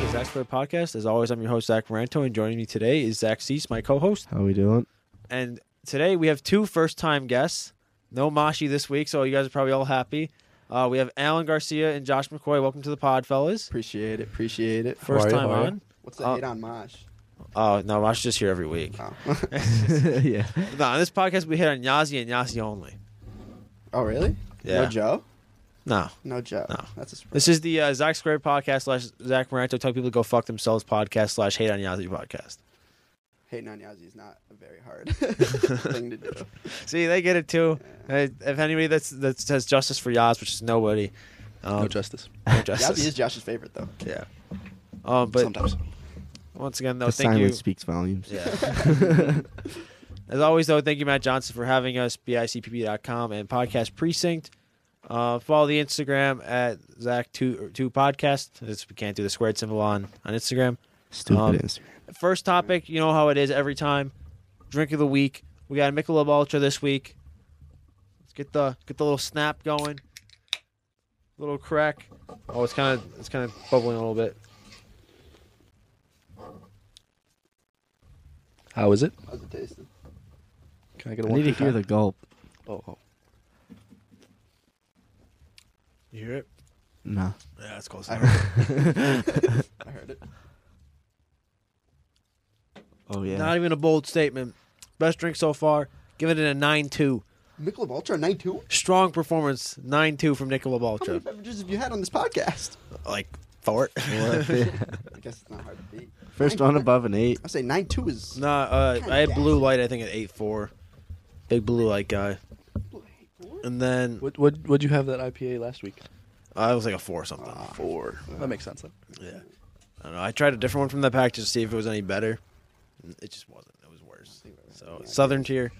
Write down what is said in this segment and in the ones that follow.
This Expert Podcast. As always, I'm your host, Zach Maranto, and joining me today is Zach Cease, my co host. How we doing? And today we have two first time guests. No Mashi this week, so you guys are probably all happy. Uh, we have Alan Garcia and Josh McCoy. Welcome to the pod, fellas. Appreciate it. Appreciate it. First How are you? time How are you? on. What's the Uh, hate on Mosh? Oh, no, Mashi's just here every week. Oh. yeah. No, on this podcast, we hit on Yazi and Yazi only. oh, really? Yeah. No Joe? No. No Joe. No. That's a surprise. This is the uh, Zach Squared podcast slash Zach Maranto. Tell people to go fuck themselves podcast slash hate on Yazi podcast. Hating on Yazzie is not a very hard thing to do. See, they get it too. Uh, If anybody that's, that says justice for Yaz, which is nobody, um, justice. no Yazzie is justice. Josh's favorite, though. Yeah. Um, but Sometimes. once again, though, the thank silence you. speaks volumes. Yeah. As always, though, thank you, Matt Johnson, for having us. BICPB.com and Podcast Precinct. Uh, follow the Instagram at Zach Two Two Podcast. It's, we can't do the squared symbol on on Instagram. Stupid Um, Instagram. First topic, you know how it is every time. Drink of the week. We got a Michelob Ultra this week. Let's get the get the little snap going. Little crack. Oh, it's kind of it's kind of bubbling a little bit. How is it? How's it tasting? Can I get a I need to hear the gulp. Oh, oh. You hear it? Nah. Yeah, it's close. I heard it. I heard it. Oh yeah. Not even a bold statement. Best drink so far. Giving it a 9 2. Michelob Ultra 9-2? Strong performance. 9 2 from Nicola How many Baltra. beverages have you had on this podcast? Like, four? I guess it's not hard to beat. First Nine- one above an eight. I say 9-2 is... nah, uh, I had Blue Light, I think, at 8 4. Big Blue Light guy. And then What what would you have that IPA last week? I was like a 4 something. Ah. Four. That makes sense. Then. yeah. I don't know. I tried a different one from that pack just to see if it was any better. It just wasn't. It was worse. So, Southern tier.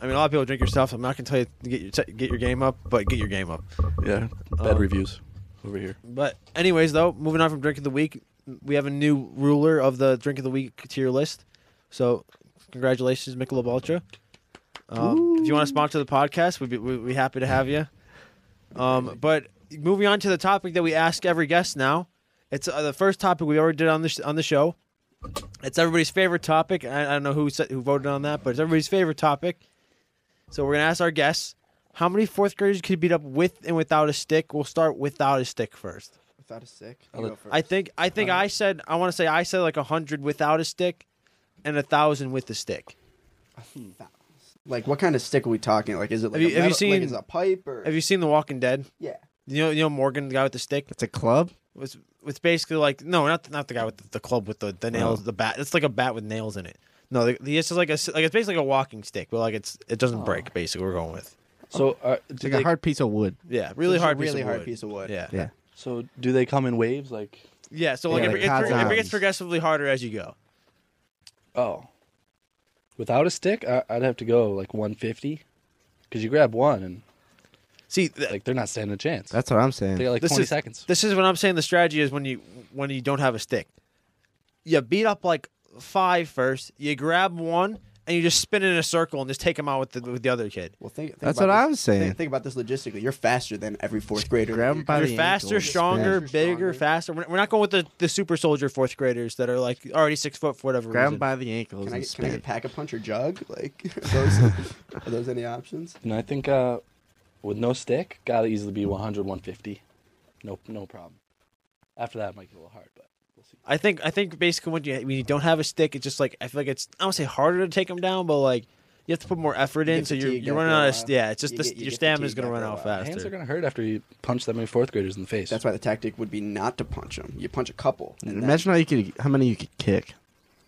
I mean, a lot of people drink your stuff. I'm not going to tell you to get your, t- get your game up, but get your game up. Yeah. Bad Um, reviews over here. But anyways, though, moving on from drink of the week, we have a new ruler of the drink of the week tier list. So, congratulations, Michelob Ultra. Um, if you want to sponsor the podcast, we'd be, we'd be happy to have you. Um, but moving on to the topic that we ask every guest now, it's uh, the first topic we already did on this on the show. It's everybody's favorite topic. I, I don't know who said, who voted on that, but it's everybody's favorite topic. So we're gonna ask our guests how many fourth graders could beat up with and without a stick. We'll start without a stick first. Without a sick. I'll You let- go first. I think I think I said I want to say I said like a hundred without a stick, and a thousand with the stick. Like, what kind of stick are we talking? Like, is it like, Have you- a have you metal- seen- like, is it a pipe or... Have you seen The Walking Dead? Yeah. You know, you know Morgan, the guy with the stick. It's a club. It's it's basically like no, not not the guy with the, the club with the, Uh-huh. the nails, the bat. It's like a bat with nails in it. No, the, the, it's just like a s- like it's basically like a walking stick, but like it's it doesn't break. Basically, we're going with So uh, It's do like they, a hard piece of wood. yeah, really It's a hard, really piece of hard wood. piece of wood. Yeah, Yeah. so do they come in waves? Like yeah. So Yeah, like, like it, it, it, Kazans. gets progressively harder as you go. oh, without a stick, I, I'd have to go like 150, because you grab one and See, th- like they're not standing a chance. That's what I'm they saying. got like This 20 is- seconds. This is what I'm saying. The strategy is when you when you don't have a stick, you beat up like five first. You grab one and you just spin in a circle and just take them out with the with the other kid. Well, think, think That's about what I this- was saying. Think, think about this logistically. You're faster than every fourth grader. Grab 'em by You're the faster, ankles. stronger, Faster, bigger, stronger. faster. We're we're not going with the, the super soldier fourth graders that are like already six foot for whatever Grab reason. them by the ankles Can I and get, can I spin. get pack a punch or jug? Like are those are those any options? And I think uh, with no stick, gotta easily be 100, 150. No, no problem. After that, it might get a little hard, but we'll see. I think I think basically when you when you don't have a stick, it's just like I feel like it's I don't say harder to take them down, but like you have to put more effort You in. get So you're fatigued you're running after a out of while. st- yeah. It's just You this, get- you your get stamina is fatigued gonna run after a out while. faster. Hands are gonna hurt after you punch that many fourth graders in the face. That's why the tactic would be not to punch them. You punch a couple. And then- Imagine how you could, how many you could kick.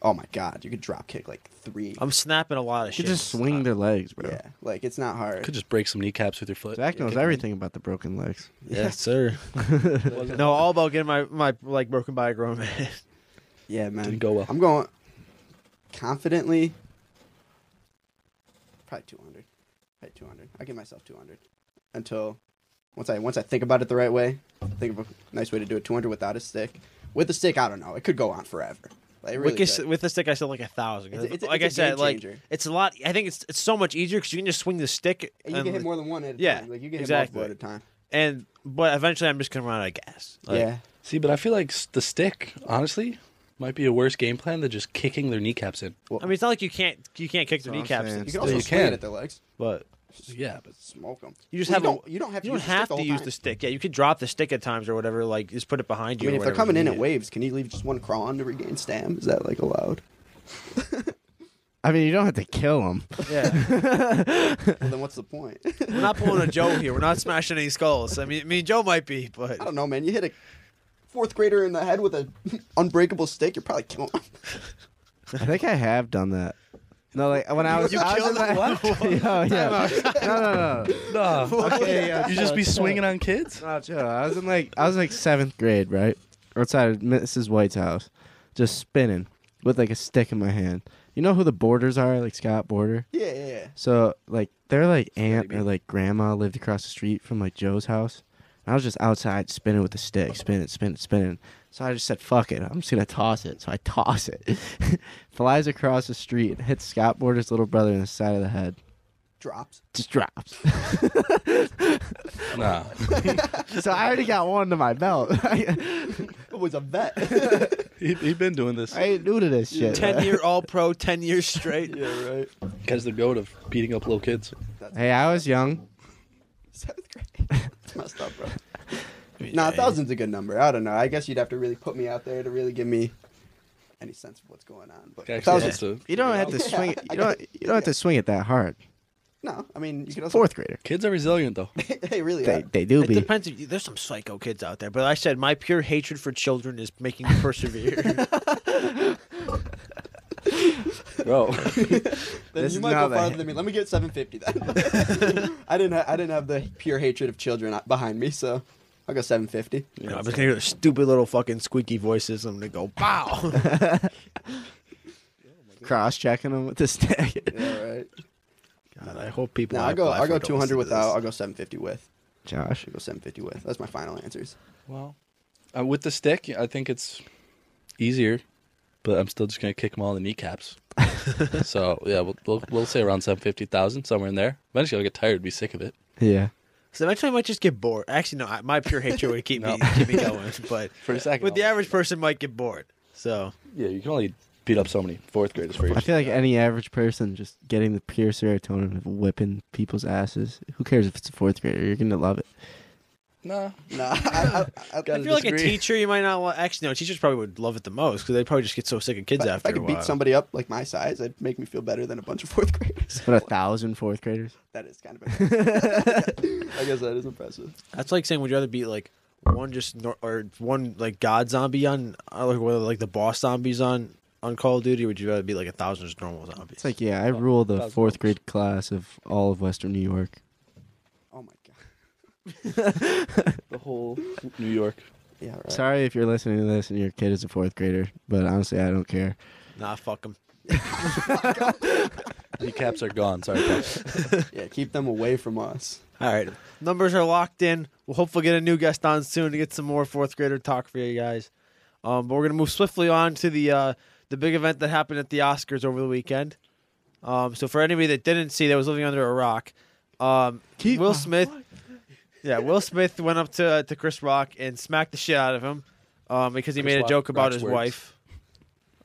oh my god, you could drop kick like three. I'm snapping a lot of You shit. could just swing their legs, bro. yeah, like it's not hard. Could just break some kneecaps with your foot. Zach knows everything about the broken legs. yeah, sir. no, all about getting my, my like broken by a grown man. yeah, man. Didn't go well. I'm going confidently. Probably 200. Probably 200. I give myself 200 until once I once I think about it the right way. Think of a nice way to do it. 200 without a stick. With a stick, I don't know. It could go on forever. Like, it really with, this, could. with the stick, I said like a thousand. It's a- it's a- like it's a I game said, like changer. it's a lot. I think it's it's so much easier because you can just swing the stick. And you can hit more than one at a Yeah, time. Like you can exactly. hit multiple at a time. and but eventually, I'm just gonna run out of gas. Like, yeah. See, but I feel like s- the stick, honestly, might be a worse game plan than just kicking their kneecaps in. I mean, it's not like you can't you can't kick their That's what I'm kneecaps, saying. in, You can Yeah, also you swing can. it at their legs. but Yeah, but Smoke them. You just have a- you don't, you don't have to you don't use have the stick to the whole use time. the stick. Yeah, you could drop the stick at times or whatever. Like just put it behind I you. or mean, if they're whatever coming you in need at it. waves, can you leave just one crawl on to regain stam? Is that like allowed? I mean, you don't have to kill them. Yeah, Well, then what's the point? we're not pulling a Joe here. We're not smashing any skulls. I mean, I mean Joe might be, but I don't know, man. You hit a fourth grader in the head with an unbreakable stick, you're probably killing him. I think I have done that. No, like when I was, You I was killed in my, what? Yo, yeah. No, no, no. no, Okay, yeah, you just be swinging on kids. No, chill. I was in like I was like seventh grade, right? Outside of Mrs. White's house, just spinning with like a stick in my hand. You know who the Borders are, like Scott Border. Yeah, yeah, yeah. So like their like aunt or like grandma lived across the street from like Joe's house. And I was just outside spinning with a stick, spinning, spinning, spinning. So I just said, "Fuck it, I'm just gonna toss it." So I toss it, flies across the street, and hits Scott Border's little brother in the side of the head. Drops. Just drops. No, so I already got one to my belt. I, It was a vet. yeah, he he been doing this. I ain't new to this shit. ten year All Pro, ten years straight. right. Guys, the goat of beating up little kids. Hey, I was young. Seventh grade. It's messed up, bro. Nah, a thousand's a good number. I don't know. I guess you'd have to really put me out there to really give me any sense of what's going on. But a Actually, thousand's that's a- You don't have to Yeah, swing. I You don't. You don't have to swing it that hard. no. I mean, you could also Fourth grader. kids are resilient though. hey, really? uh, They they do It be. depends. If you, there's some psycho kids out there, but I said my pure hatred for children is making me persevere. Bro, Then This you is might now go the- farther than me. Let me get 750 then. I didn't. Ha- I didn't have the pure hatred of children behind me, so I'll go 750. you know, I'm just gonna hear their stupid little fucking squeaky voices. I'm gonna go bow. Cross checking them with the stick. Yeah, right. God, I hope people. No, I'll go. apply I'll for go don't 200 listen to this. without. I'll go 750 with. Josh. Should go 750 with. That's my final answers. well, uh, with the stick, I think it's easier, but I'm still just gonna kick them all in the kneecaps. so yeah, we'll, we'll we'll say around seven fifty thousand, somewhere in there. Eventually, I'll get tired, be sick of it. Yeah. So eventually, I might just get bored. Actually, no, I, my pure hatred would keep me No. keep me going. But For a second, but the I'll- average person might get bored. So Yeah, you can only beat up so many fourth graders for I yours. feel like any average person just getting the pure serotonin of whipping people's asses. Who cares if it's a fourth grader? You're gonna love it. Nah, No, I, I, I, Gotta if you're like a disagree. teacher, you might not. Li- Actually, no, teachers probably would love it the most because they probably just get so sick of kids if I- if after I could a while. beat somebody up like my size, it'd make me feel better than a bunch of fourth graders. But a thousand fourth graders. That is kind of. impressive. I guess that is impressive. That's like saying, would you rather beat like one just nor- or one like god zombie on or like whether like the boss zombies on on Call of Duty? Or would you rather beat like a thousand just normal zombies? It's like yeah, I rule the thousand fourth dollars. grade class of all of Western New York. Oh my god. the whole New York. Yeah. Right. Sorry if you're listening to this and your kid is a fourth grader, but honestly, I don't care. nah, fuck them. Kneecaps are gone. Sorry, guys. Yeah. Keep them away from us. All right, numbers are locked in. We'll hopefully get a new guest on soon to get some more fourth grader talk for you guys. Um, but we're gonna move swiftly on to the uh, the big event that happened at the Oscars over the weekend. Um, so for anybody that didn't see, that was living under a rock. Um, Keep Will my Smith, yeah, Will Smith went up to to Chris Rock and smacked the shit out of him um, because he Chris made a Rock- joke about Rock's his words. wife.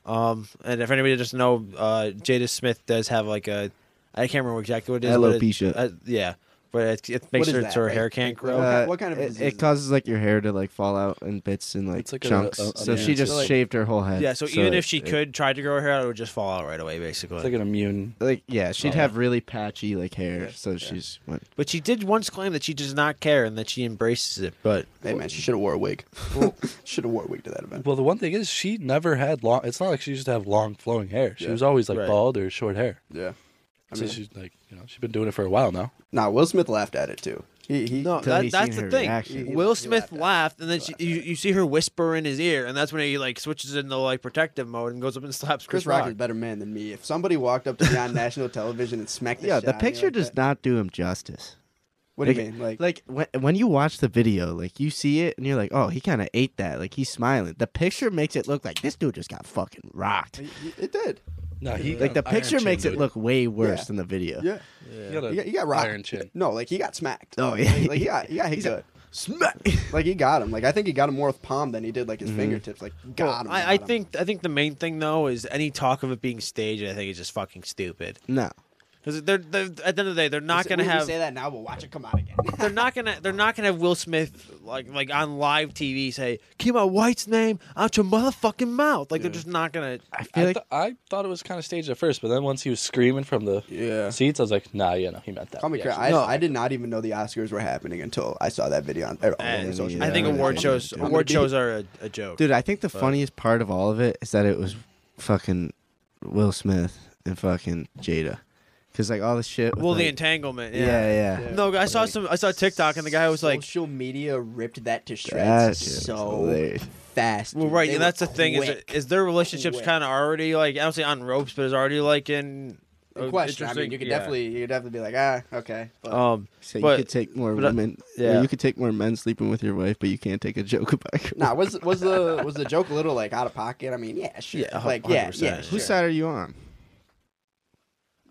Um, and if anybody doesn't know, uh, Jada Smith does have like a, I can't remember exactly what it is. but it- Alopecia. uh, yeah, but it, it makes What is sure that, so her right? hair can't What grow. kind- what kind of Uh, it, disease is it it? causes like your hair to like fall out in bits and like, It's like a- chunks. a- a- so she yeah, just so, like- shaved her whole head. yeah, so, even if she it- could try to grow her hair out, it would just fall out right away, basically. It's like an immune. like yeah, she'd Oh. have really patchy like hair. Yeah, so yeah. she's went. but she did once claim that she does not care and that she embraces it. But Hey man, she should have wore a wig. should have wore a wig to that event. Well, the one thing is, she never had long. It's not like she used to have long flowing hair. She Yeah. was always like Right. bald or short hair. Yeah. I so mean, she's like, you know, she's been doing it for a while now. nah. Will Smith laughed at it too. He he. no, Till that- he seen that's the her thing. reaction. He- Will he Smith laughed at it. laughed, and then He she, laughed you, you see her whisper in his ear, and that's when he like switches into like protective mode and goes up and slaps Chris, Chris Rock is a better man than me. If somebody walked up to me on national television and smacked the Yeah, shit the out of me picture like does that- not do him justice. What do you mean? Like, Like when when you watch the video, like you see it and you're like, oh, he kind of ate that. Like he's smiling. The picture makes it look like this dude just got fucking rocked. it did. No, he Like the got an iron picture chin, makes it dude. look way worse Yeah. than the video. Yeah. He got, a He got, he got rocked. iron chin. No, like he got smacked. Oh, yeah. Like, like, he got he got hit good. Smack. Like he got him. Like I think he got him more with palm than he did like his fingertips. Like got him. got Mm-hmm. I, I him. think I think the main thing though is any talk of it being staged. I think is just fucking stupid No. because they're, they're at the end of the day they're not Is it gonna weird we have say that now, but watch it come out again. they're not gonna they're not gonna have Will Smith like like on live TV say keep my White's name out your motherfucking mouth. Like they're just not gonna. I feel I, like th- I thought it was kind of staged at first, but then once he was screaming from the Yeah. seats, I was like, nah, yeah, no, he meant that. Call me Yeah, crazy. I, I did not even know the Oscars were happening until I saw that video on all over And social. I media. think Yeah. award shows I'm gonna award be- shows are a, a joke. Dude, I think the funniest part of all of it is that it was fucking Will Smith and fucking Jada. Because, like, all the shit. with, well, the like- entanglement. Yeah, Yeah. yeah. Yeah. No, I saw some. I saw TikTok and the guy was like, social media ripped that to That shreds shit was so hilarious. fast. Well, dude. right, They and were that's the thing is, quick. it- is their relationship's Quick. kind of already like I don't say on ropes, but it's already like in In uh, question. I interesting- mean, you could yeah. definitely, you could definitely be like, ah, okay. But Um, So But- you could take more but I- women. or yeah. you could take more men sleeping with your wife, but you can't take a joke about your nah, was was the was the joke a little like out of pocket? I mean, yeah, sure. Yeah, a like hundred yeah, percent. yeah. Sure. Whose side are you on?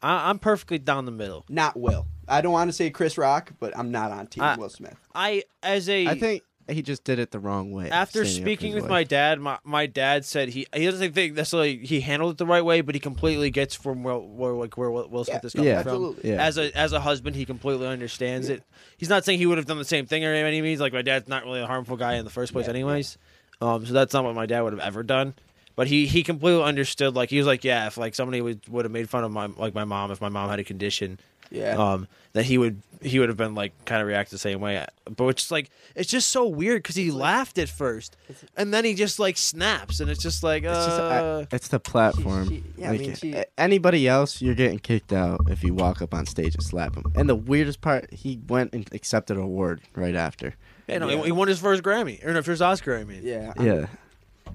I, I'm perfectly down the middle. Not Will. I don't want to say Chris Rock, but I'm not on team I- Will Smith. I as a I think he just did it the wrong way. after standing up for speaking his with my wife. dad, my, my dad said he he doesn't think necessarily he handled it the right way, but he completely gets from where, where like where Will Will Smith Yeah, is coming yeah, from. absolutely. Yeah. As a as a husband, he completely understands it. He's not saying he would have done the same thing or any means. Like my dad's not really a harmful guy in the first place, anyways. Um, so that's not what my dad would have ever done. But he, he completely understood. Like he was like, yeah, if like somebody would would have made fun of my like my mom if my mom had a condition, Yeah. um, that he would he would have been like kind of react the same way. But it's just, like it's just so weird because he laughed at first, and then he just like snaps, and it's just like uh, It's, just, I- it's the platform. she- yeah, I Like, mean, she- a- anybody else, you're getting kicked out if you walk up on stage and slap him. And the weirdest part, he went and accepted an award right after. you know, he- he won his first Grammy or no, first Oscar. I mean, Yeah. I, Yeah.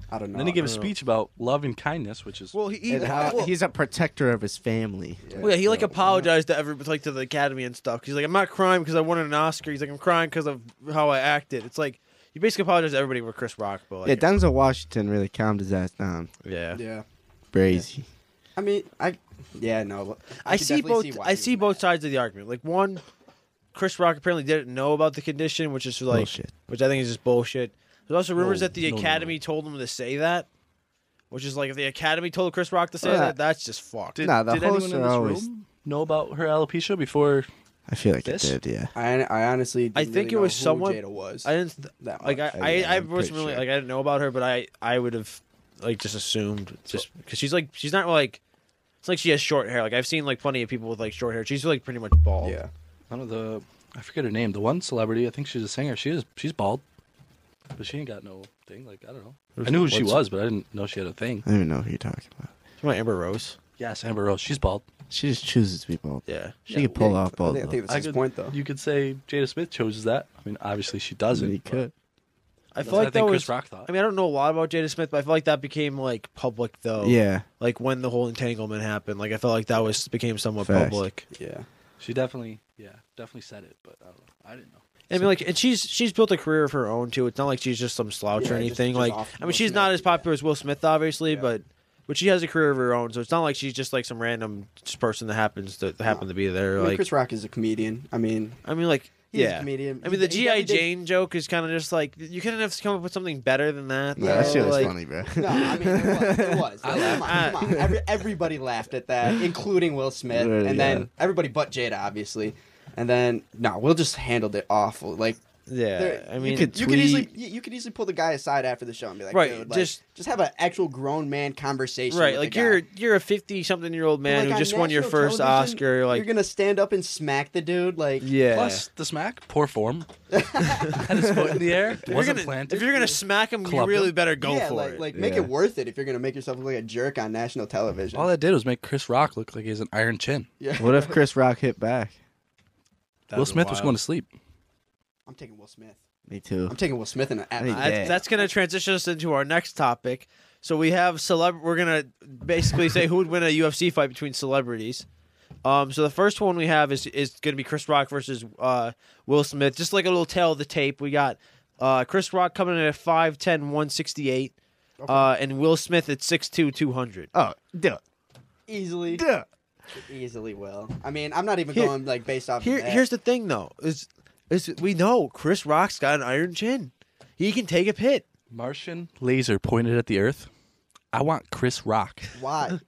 I don't know. And then he gave a I don't speech about love and kindness, which is Well, he, he And how- Uh, well, Uh, he's a protector of his family. well, yeah, he like apologized to every like to the Academy and stuff. He's like, I'm not crying because I won an Oscar. He's like, I'm crying because of how I acted. It's like you basically apologize to everybody for Chris Rock, but like, yeah, Denzel Washington really calmed his ass down. yeah. know. Yeah. Crazy. I mean, I. Yeah, no. I, could see definitely both. why I he see was both mad. sides of the argument. Like one, Chris Rock apparently didn't know about the condition, which is like, Bullshit. which I think is just bullshit. There's also rumors No, that the no, no, Academy told him to say that, which is like if the Academy told Chris Rock to say Well, that, that's just fucked. did, Nah, the did anyone hosts in are this always- room know about her alopecia before? I feel like This? it did, yeah. I, I honestly. Didn't I think really it was know who someone- Jada was. I didn't th- that like. I much. I, Yeah, I wasn't I'm pretty really sure. like I didn't know about her, but I I would have like just assumed just because she's like she's not like it's like she has short hair. Like I've seen like plenty of people with like short hair. She's like pretty much bald. yeah. One of the I forget her name. The one celebrity, I think she's a singer. She is she's bald, but she ain't got no thing. Like I don't know. I knew who she what's- was, but I didn't know she had a thing. I don't even know who you're talking about. my Amber Rose. Yes, Amber Rose. She's bald. She just chooses to be bald. Yeah. She could pull off I bald. think, I think looks. that's his could- point, though. You could say Jada Smith chose that. I mean, obviously she doesn't. He but could. I that's feel what like I that think was. Chris Rock thought. I mean, I don't know a lot about Jada Smith, but I feel like that became like public though. Yeah. Like when the whole entanglement happened, like I felt like that was became somewhat Facts. public. yeah. she definitely, yeah, definitely said it, but I don't know. I didn't know. I mean, like, and she's she's built a career of her own too. It's not like she's just some slouch Yeah, or just- anything. just like, off I mean, Will she's Smith, not as yeah. popular as Will Smith, obviously, Yeah. but but she has a career of her own. So it's not like she's just like some random just person that happens to happen to be there. I mean, like, Chris Rock is a comedian. I mean, I mean, like, He's a yeah, comedian. I mean, the He- he GI definitely did- Jane joke is kind of just like you couldn't have come up with something better than that. Nah, that though, shit was like- funny, bro. No, I mean it was. It was. Like, come laughed. on, come on. Every, everybody laughed at that, including Will Smith, Really, and then yeah. everybody but Jada, obviously. And then no, we'll just handled it awful. Like Yeah, There- I mean, could you could easily Tweet. you, you could easily pull the guy aside after the show and be like, Right, dude, like, just- just just have an actual grown man conversation. right? with Like the guy. you're you're a fifty something year old man Like, who on just won your national first television, Oscar. Like you're gonna stand up and smack the dude. Like yeah, Plus the smack, poor form. Had his foot in the air. if you're wasn't gonna planted. if you're gonna smack him, you Club really him. better go yeah, for like, it. Like make Yeah. it worth it if you're gonna make yourself look like a jerk on national television. all that did was make Chris Rock look like he has an iron chin. yeah. What if Chris Rock hit back? Will Smith was going to sleep. I'm taking Will Smith. Me too. I'm taking Will Smith in an I think- app. That- Yeah. That's going to transition us into our next topic. So we have celeb. We're going to basically say who would win a UFC fight between celebrities. Um, so the first one we have is is going to be Chris Rock versus uh, Will Smith. Just like a little tail of the tape, we got uh, Chris Rock coming in at 5'10", 168, uh, and Will Smith at 6'2", 200. Oh, duh, Easily, duh. easily will. I mean, I'm not even Here- going like based off. Here, of that. here's the thing though is is we know Chris Rock's got an iron chin. He can take a pit. Martian laser pointed at the Earth. I want Chris Rock. why you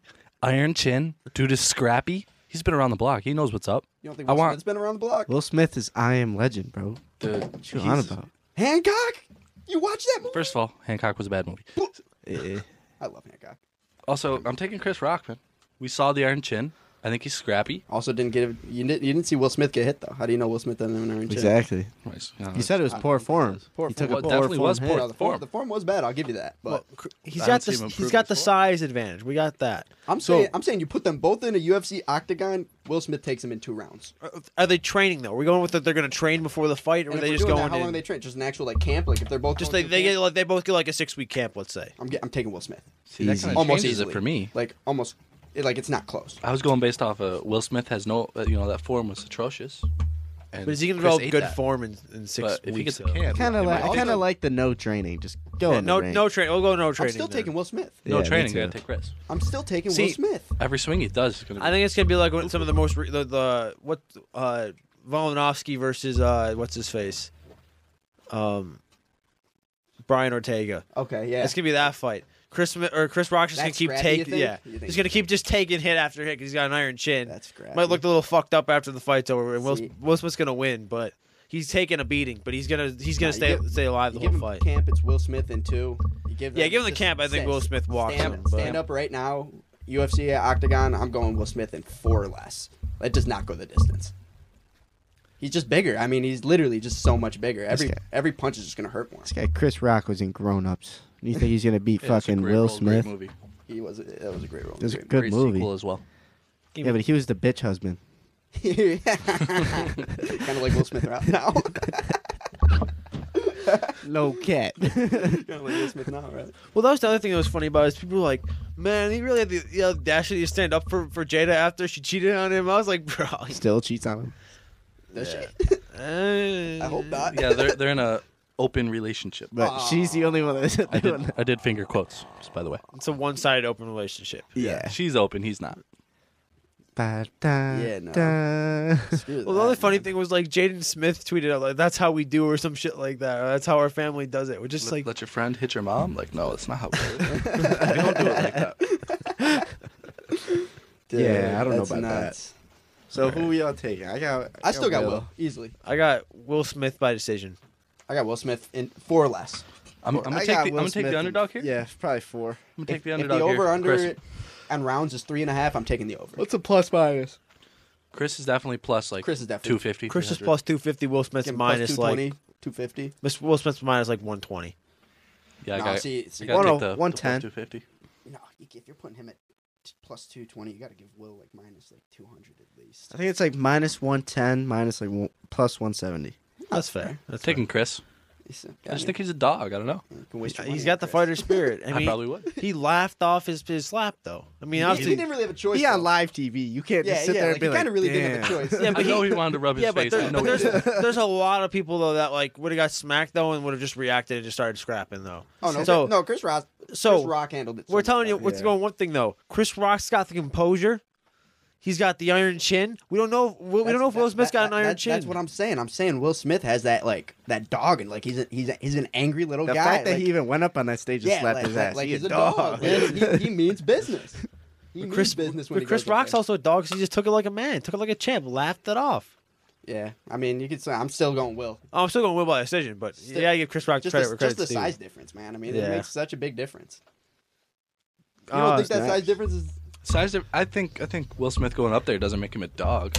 Iron chin, dude is scrappy. He's been around the block. He knows what's up. don't think I Will want- Smith's been around the block. Will Smith is I am legend, bro. What you on He's- about? Hancock, you watch that movie? First of all, Hancock was a bad movie. Eh, I love Hancock. Also, I'm taking Chris Rock, man. We saw the iron chin. I think he's scrappy. Also, didn't get you didn't you didn't see Will Smith get hit though. How do you know Will Smith doesn't have an orange? exactly. Uh, You said it was poor form. Poor he took form. Well, it a poor definitely form was poor. hit. No, the form the form was bad. I'll give you that. But Well, cr- he's I got haven't the seen him he's improve got the this far. size advantage. We got that. I'm so- saying I'm saying you put them both in a UFC octagon. Will Smith takes him in two rounds. Are they training though? Are we going with that they're going to train before the fight, or And are if they we're just doing going? that, how in- long they train? Just an actual like camp. Like if they're both just they going to they camp, get like they both get like a six week camp, let's say. I'm, get, I'm taking Will Smith. See, that Easy. kind of Almost changes easily it for me. Like almost, it, like it's not close. I was going based off of Will Smith has no, uh, you know, that form was atrocious. And But is he going to Chris develop ate good that. form in, in six But weeks? if he gets a though? camp, Kind of it like I might- kind of like the no training. Just go. Yeah, in the no ring. no training. We'll go no I'm training. still then. taking Will Smith. no Yeah, me training. too. Gotta take Chris. I'm still taking See- Will Smith. Every swing he does is gonna. Be, I think it's going to be like what- some of the most re- the, the what uh Volkanovski versus uh what's his face, um, Brian Ortega. Okay, yeah. It's gonna be that fight. Chris Mi- or Chris Rock's just gonna That's keep scrappy, you taking. think? Yeah, You think- he's gonna keep just taking hit after hit because he's got an iron chin. That's scrappy. Might look a little fucked up after the fight's over, and Will, See. Will Smith's gonna win, but he's taking a beating. But he's gonna he's gonna Nah, stay you give- stay alive You the give whole him fight. camp. It's Will Smith in two. You give Yeah, them- give him the just camp, I think sit- Will Smith walks Stand, him, but- stand up right now. UFC octagon. I'm going Will Smith in four or less. That does not go the distance. He's just bigger. I mean, he's literally just so much bigger. Every guy. every punch is just gonna hurt more. This guy Chris Rock was in Grown Ups. You think he's gonna beat Yeah, it's a fucking great Will role, great Smith? Movie. He was that was a great role. It was a Great good Great movie. sequel as well. Yeah, but he was the bitch husband. kind of like Will Smith right now. No cat. kind of like Will Smith now, right? Well, that was the other thing that was funny about it, is people were like, "Man, he really had the, the audacity to stand up for, for Jada after she cheated on him." I was like, "Bro, Still cheats on him. Does she? I I hope not. Yeah, they're they're in a open relationship. But she's the only one that's Ah. I did I did finger quotes, just by the way. It's a one sided open relationship. Yeah. She's open. He's not. Ba, da, Yeah, no. da. Screw Well, the other that, funny man. thing was like Jaden Smith tweeted out like that's how we do or some shit like that. Or, that's how our family does it. We're just Let, like let your friend hit your mom. Like, no, that's not how we do it. we don't do it like that. Dude, Yeah, I don't know that's about that. nuts. So who we all taking? I got. I still got Will easily. I got Will Smith by decision. I got Will Smith in four or less. I'm, I'm gonna take the, I'm gonna take the underdog here. Yeah, probably four. I'm gonna take the if underdog the here. over under Chris, on rounds is three and a half, I'm taking the over. What's a plus minus? Chris is definitely plus like Chris is definitely- 250. Chris is 300. plus two fifty. Will Smith's Give him minus plus like 220, 250. Miss- Will Smith's minus like one twenty. Yeah, I No, got see- see- I gotta One take oh- the- the 110. plus 250. No, you- if you're putting him at t- plus 220, you got to give Will like minus like 200 at least. I think it's like minus one ten, minus like one, plus one seventy. That's fair. That's Taking Chris. He's- I just think he's a dog. I don't know. you can waste your fair. He's money got the on fighter Chris. spirit. I I, mean, probably would. he laughed off his his slap though. I mean, He, he obviously, didn't really have a choice. Be on though. live TV. You can't Yeah, just sit yeah. there Like, and be he kind like, of really Damn. didn't have a choice. Yeah, I but know he- he wanted to rub his yeah, but, face. there- I but know he there's did. there's a lot of people though that like would have got smacked though and would have just reacted and just started scrapping though. Oh, no. So no, Chris Rock, so Chris Rock handled it. so We're much telling you better. what's Yeah. going. One thing though, Chris Rock's got the composure. He's got the iron chin. We don't know. We, we don't know if That's- Will that- Smith's got an that- iron that- chin. That's what I'm saying. I'm saying Will Smith has that like that dog and like he's a, he's a, he's an angry little The guy. fact that like- he even went up on that stage and yeah, slapped like, his like- ass. Like he he's a dog. man. he, he means business. He Chris means business when but he Chris goes up Rock's there. also a dog. 'cause he just took it like a man. Took it like a champ. Laughed it off. Yeah, I mean, you could say I'm still going Will. Oh, I'm still going to win by decision, but Still- yeah, I give Chris Rock Just credit the, where credit's just the due. size difference, man. I mean, Yeah. it makes such a big difference. You Ah, don't think that nice. size difference is? Size. Of, I think. I think Will Smith going up there doesn't make him a dog.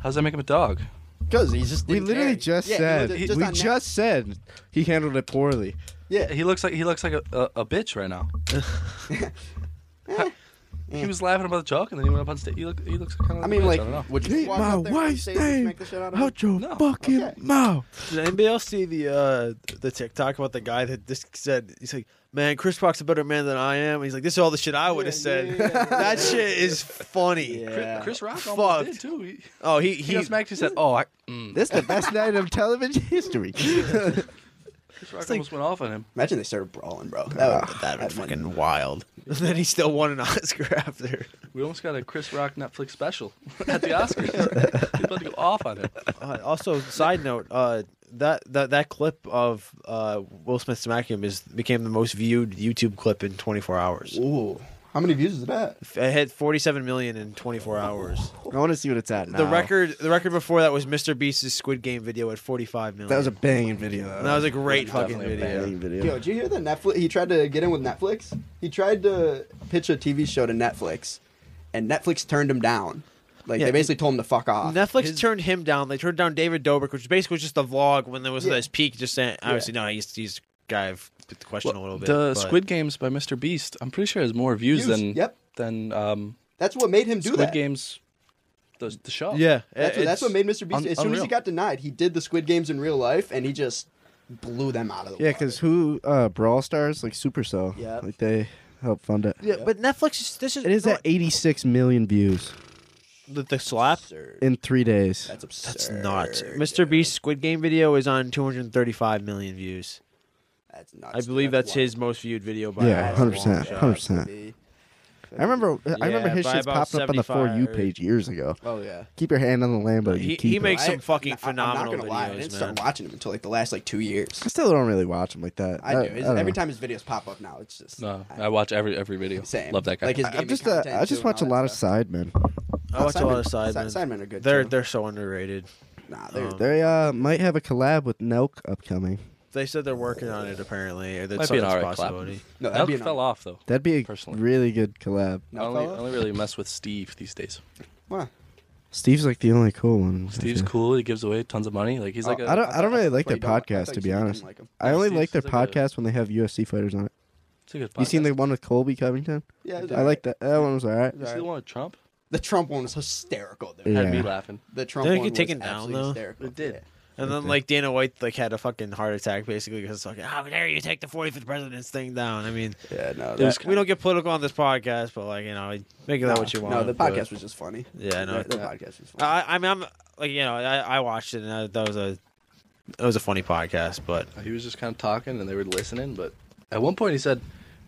How does that make him a dog? Because he's just We literally just said we just said he handled it poorly. He looks like he looks like a, a, a bitch right now. He was laughing about the joke, and then he went up on stage. He, look, he looks kind of. I mean, a bitch, like, I don't know. would you walk up there and say, smack the shit out of him? your No. fucking Okay. mouth. Did anybody else see the uh, the TikTok about the guy that just said he's like, "Man, Chris Rock's a better man than I am." He's like, "This is all the shit I would have yeah, said." yeah, yeah, that shit is funny. Yeah. Chris, Chris Rock almost Fucked. did too. He, Oh, he he he. got smacked. He said, "Oh, I." Mm. This is the best night of television history. Chris Rock almost went off on him. Imagine they started brawling, bro. That would that that was fucking. fucking wild. And then he still won an Oscar after. We almost got a Chris Rock Netflix special at the Oscars. He's about to go off on him. Uh, also, side note, uh, that, that that clip of uh, Will Smith smacking him is became the most viewed YouTube clip in 24 hours. Ooh, how many views is that? It hit 47 million in 24 hours. I want to see what it's at now. The record, the record before that was Mr. Beast's Squid Game video at 45 million. That was a banging video. And that was a great fucking Definitely a video. banging video. Yo, did you hear that Netflix? He tried to get in with Netflix. He tried to pitch a TV show to Netflix, and Netflix turned him down. Like Yeah, they basically told him to fuck off. Netflix turned him down. They turned down David Dobrik, which basically was just a vlog when there was Yeah. this peak. Just saying, obviously, no, he's he's guy I've put the question a little bit. the but- Squid Games by Mr. Beast. I'm pretty sure has more views, Views, than yep. than um, That's what made him do Squid that. Games. The, the show. yeah, That's, what, it's- that's what made Mr. Beast. un- as soon as unreal. he got denied, he did the Squid Games in real life, and he just blew them out of the Yeah, water. because who? Uh, Brawl Stars, like Supercell. Yep. Like they help fund it. Yeah, but Netflix is this is It is no, at 86 million views the, the slap. Absurd. in three days. That's absurd. That's nuts. Mr. Beast Squid Game video is on 235 million views. That's nuts. I believe that's, his most viewed video by Yeah, a long 100%, shot. 100%. I remember. uh, I remember Yeah, his by shit's about popping up on the for 75 you page years ago. Oh yeah. Keep your hand on the Lambo. you He, keep he it. makes I- some fucking I- phenomenal I'm not gonna lie. I didn't videos, man. start watching him until like the last like two years. I still don't really watch him like that. I do. It's- don't every know. time his videos pop up now, it's just No, Uh, I watch every every video. same. Love that guy. Like his I- I'm gaming just. Uh, content, I too, just and watch a all that lot of stuff. sidemen. I watch a lot of Sidemen- Sidemen. Sidemen are good, They're too. they're so underrated. Nah, they're, Um, They uh might have a collab with Nelk upcoming. They said they're working on it apparently, or Might that's be an something's alright clap. possibility. no, that'd Elk be an- fell off though. That'd be a Personally. really good collab. I No, only, fell off? only really mess with Steve these days. Wow. Steve's like the only cool one. I Steve's feel. cool. He gives away tons of money. Like he's like a I don't. I don't really like Wait, their you Oh, don't- I podcast thought you to be said you didn't honest. like 'em. I only Steve's like their like a- podcast when they have UFC fighters on it. it's a good You seen podcast. the one with Colby Covington? Yeah, it was I like that. That one was alright. You see the one with Trump? The Trump one was hysterical, dude. Yeah. Had me laughing. The Trump Didn't it one get taken was down, absolutely though? hysterical. It did. And then like Dana White like had a fucking heart attack basically because fucking how dare you take the 45th president's thing down? I mean, Yeah, no, It was that- we don't get political on this podcast, but like you know, make of that what you want. No, the but- podcast was just funny. Yeah, I know. Uh, the, the podcast was funny. I, I mean, I'm like you know, I, I watched it and I, that was a that was a funny podcast, but He was just kind of talking, and they were listening. But at one point, he said,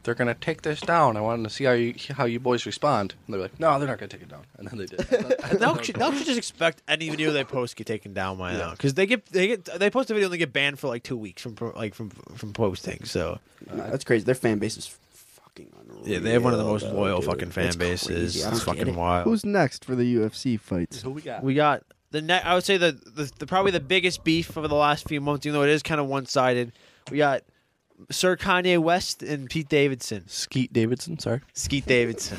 "They're gonna take this down. I wanted to see how you how you boys respond." And they're like, "No, they're not gonna take it down." And then they did. I thought- I thought that Nelk was should, cool. Nelk should just expect any video they post get taken down by now because they get they get they post a video and they get banned for like two weeks from pro- like from from posting. So No, that's crazy. Their fan base is fucking unreal. uh, yeah, they have one of the most though, loyal dude. fucking fan It's bases. crazy. I It's don't get fucking it. wild. Who's next for the UFC fights? Who we got? We got the net. I would say the, the, the probably the biggest beef over the last few months, even though it is kind of one sided. We got Sir Kanye West and Pete Davidson, Skeet Davidson. Sorry. Skeet Davidson.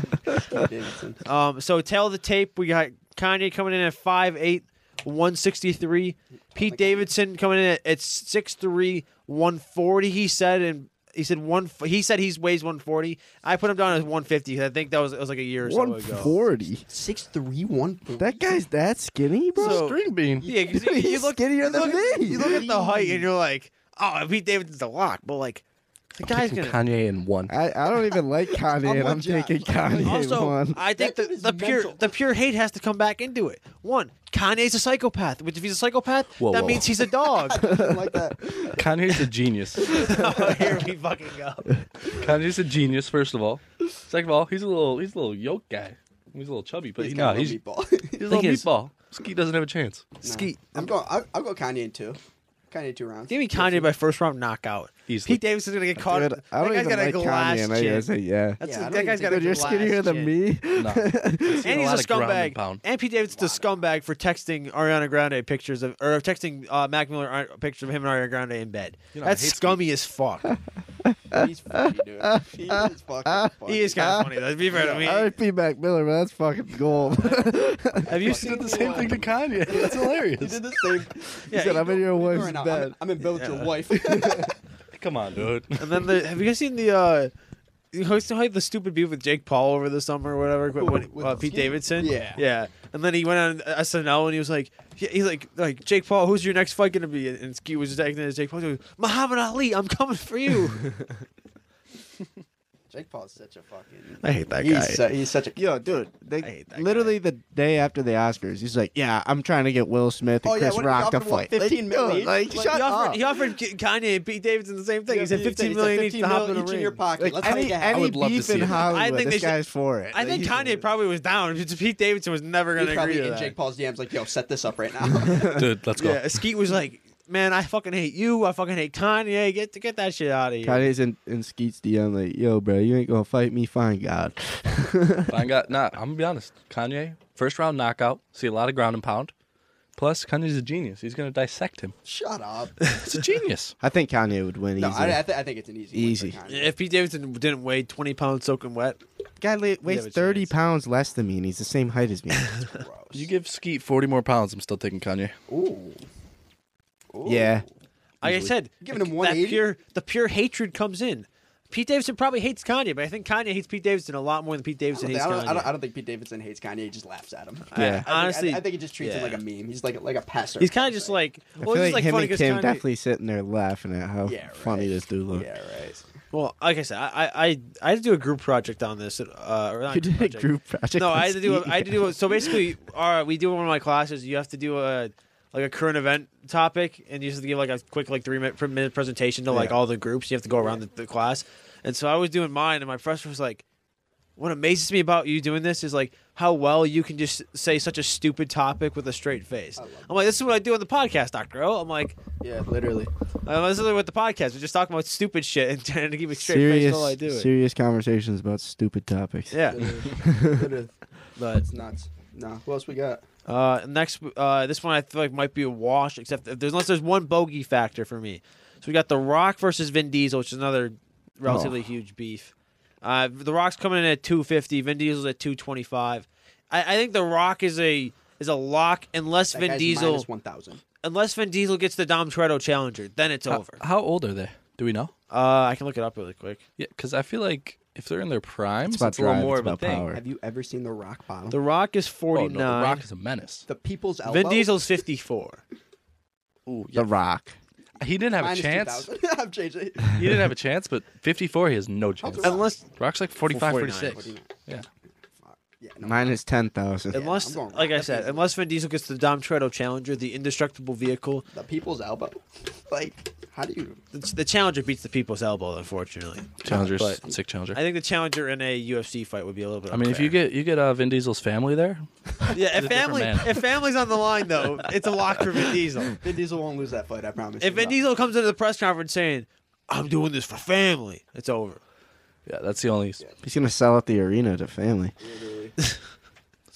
Davidson. um, so tail of the tape, we got Kanye coming in at 5'8", 163. Pete Davidson coming in at, at 6'3", 140. He said and. He said one. He said he's weighs one forty. I put him down as one fifty. I think that was it was like a year or so One ago. forty. Six three one. That guy's that skinny, bro. So- String bean. Yeah, 'cause you, you He's look skinnier than you look, me. You look at the height and you're like, oh, Pete Davidson's a lock, but like the guy's gonna. Kanye in one. I, I don't even like Kanye, I'm and one I'm Jack. taking Kanye also, one. I think That the, dude is the pure mental. the pure hate has to come back into it. One, Kanye's a psychopath. Which if he's a psychopath, Whoa, that whoa. means he's a dog. like that. Kanye's a genius. Here we fucking go. Kanye's a genius. First of all. Second of all, he's a little he's a little yoke guy. He's a little chubby, but He's he's, got a he's, little he's meatball. a little Thing is- meatball. Skeet doesn't have a chance. Skeet, I'm going. I'll, I'll go Kanye in two. Kanye in two rounds. give me Kanye by first round knockout. easily. Pete Davidson's gonna get caught. Dude, I that don't guy's even got a like glass Kanye, and I chin. gotta say, yeah. That's, Yeah, I that don't guy's even got a Dude, you're glass skinnier than chin. me. No. And he's lot a of ground and scumbag. pound. And Pete Davidson's a scumbag for texting Ariana Grande pictures of, or texting uh, Mac Miller a picture of him and Ariana Grande in bed. You know, I That's hate scummy as fuck. He's funny, dude. He is fucking funny. he is kind of funny though. To be fair to me, I would be Mac Miller, but that's fucking gold. have you He seen? did the same thing to Kanye. That's He hilarious. did the same. he said, I'm in your Right wife's now, I'm, bed. in- I'm in bed with your wife. Come on, dude. And then the, have you guys seen the? uh you guys know, like, the stupid beef with Jake Paul over the summer or whatever Ooh, when, with uh, the Pete skinny- Davidson. Yeah. yeah. And then he went on SNL and he was like, he, he like like Jake Paul, who's your next fight gonna be? And Ski was just acting as Jake Paul. He goes, Muhammad Ali, I'm coming for you. Jake Paul's such a fucking. I hate that guy. He's, su- he's such a. Yo, dude, I they hate that literally the day after the Oscars, he's like, "Yeah, I'm trying to get Will Smith and Oh, yeah, Chris what did he Rock to offer, what, fight." Like, 15 million dude, each? like, Like, shut he offered, up. he offered K- Kanye and Pete Davidson the same thing. he said Oh. he 15 said million each 15 to hop in million a each in ring. your pocket. like Let's make any it happen. I any would love to beef see in it. I Hollywood, think this they should- guy's for it. I think Like, Kanye probably was down. Just Pete Davidson was never going He's to agree probably to in that. Jake Paul's DMs like, yo, set this up right now. Dude, let's go. Yeah, Skeet was like, "Man, I fucking hate you. I fucking hate Kanye. Get get that shit out of here." Kanye's in, in Skeet's DM like, "Yo, bro, you ain't gonna fight me, fine God." Fine got nah, I'm gonna be honest. Kanye, first round knockout, see a lot of ground and pound. Plus, Kanye's a genius. He's gonna dissect him. Shut up. He's a genius. I think Kanye would win No, easy. I, I, th- I think it's an easy. win for Easy. Kanye. If Pete Davidson didn't weigh 20 pounds soaking wet, guy li- have weighs a thirty chance. pounds less than me, and he's the same height as me. Gross. You give Skeet 40 more pounds, I'm still taking Kanye. Ooh. Ooh. yeah, like I said, Giving him that 180? pure the pure hatred comes in. Pete Davidson probably hates Kanye, but I think Kanye hates Pete Davidson a lot more than Pete I Davidson don't, think, hates I, don't, I, don't, I Kanye. don't think Pete Davidson hates Kanye. He just laughs at him. I- Yeah. honestly, I think, I think he just treats him yeah. like a meme. He's like like a passer. he's kind of just like, I well, feel it's just like like, him funny and because Kim Kanye. definitely sitting there laughing at how Yeah, right. funny this dude looks. yeah, right. Well, like I said, I I I, I had to do a group project on this. Uh, or not You did a project. group project. No, on I had to do. A, Skeet. I had to do. A, so basically, our, we do one of my classes. You have to do a like a current event topic, and you just have to give like a quick like three minute, minute presentation to like Yeah. all the groups. You have to go around the, the class, and so I was doing mine, and my professor was like, "What amazes me about you doing this is like how well you can just say such a stupid topic with a straight face." love I'm like, "This is what I do on the podcast, Doctor O." I'm like, Yeah, literally. "I'm this is with the podcast. We're just talking about stupid shit and trying to keep a straight face serious, while I do it." serious conversations about stupid topics. Yeah, Literally. but It's nuts. No. Who else we got? Uh, next, uh, this one I feel like might be a wash, except if there's, unless there's one bogey factor for me. So we got The Rock versus Vin Diesel, which is another relatively huge beef. Uh, the Rock's coming in at 250. Vin Diesel's at 225. I, I think The Rock is a is a lock unless That Vin guy's Diesel minus one thousand. unless Vin Diesel gets the Dom Toretto Challenger, then it's How, over. how old are they? Do we know? Uh, I can look it up really quick. Yeah, because I feel like if they're in their prime, It's it's, about a little drive, more it's of a about thing. power. Have you ever seen the Rock Bottom? The Rock is Oh, 49. no, The Rock is a menace. The People's Elbow. Vin Diesel's 54. Ooh, yeah. The Rock. He didn't have Minus a chance. 2,000. I'm changing. he didn't have a chance, but 54, he has no chance. The Rock? Unless Rock's like 45, 49. 46. 49. Yeah. Fuck. Yeah. No. Minus ten thousand. Yeah. Unless, I'm going like Rock. I said, Definitely. unless Vin Diesel gets the Dom Toretto Challenger, the indestructible vehicle, the People's Elbow. like, how do you? the, the Challenger beats the People's Elbow. Unfortunately, Challenger's But- sick challenger. I think the Challenger in a UFC fight would be a little bit. I mean, if you unfair. get you get uh, Vin Diesel's family there, yeah, if a different family, man. if family's on the line though, it's a lock for Vin Diesel. Vin Diesel won't lose that fight. I promise. If you. Vin No. Diesel comes into the press conference saying, "I'm doing this for family," it's over. yeah, that's the only. That's He's gonna sell out the arena to family. Literally.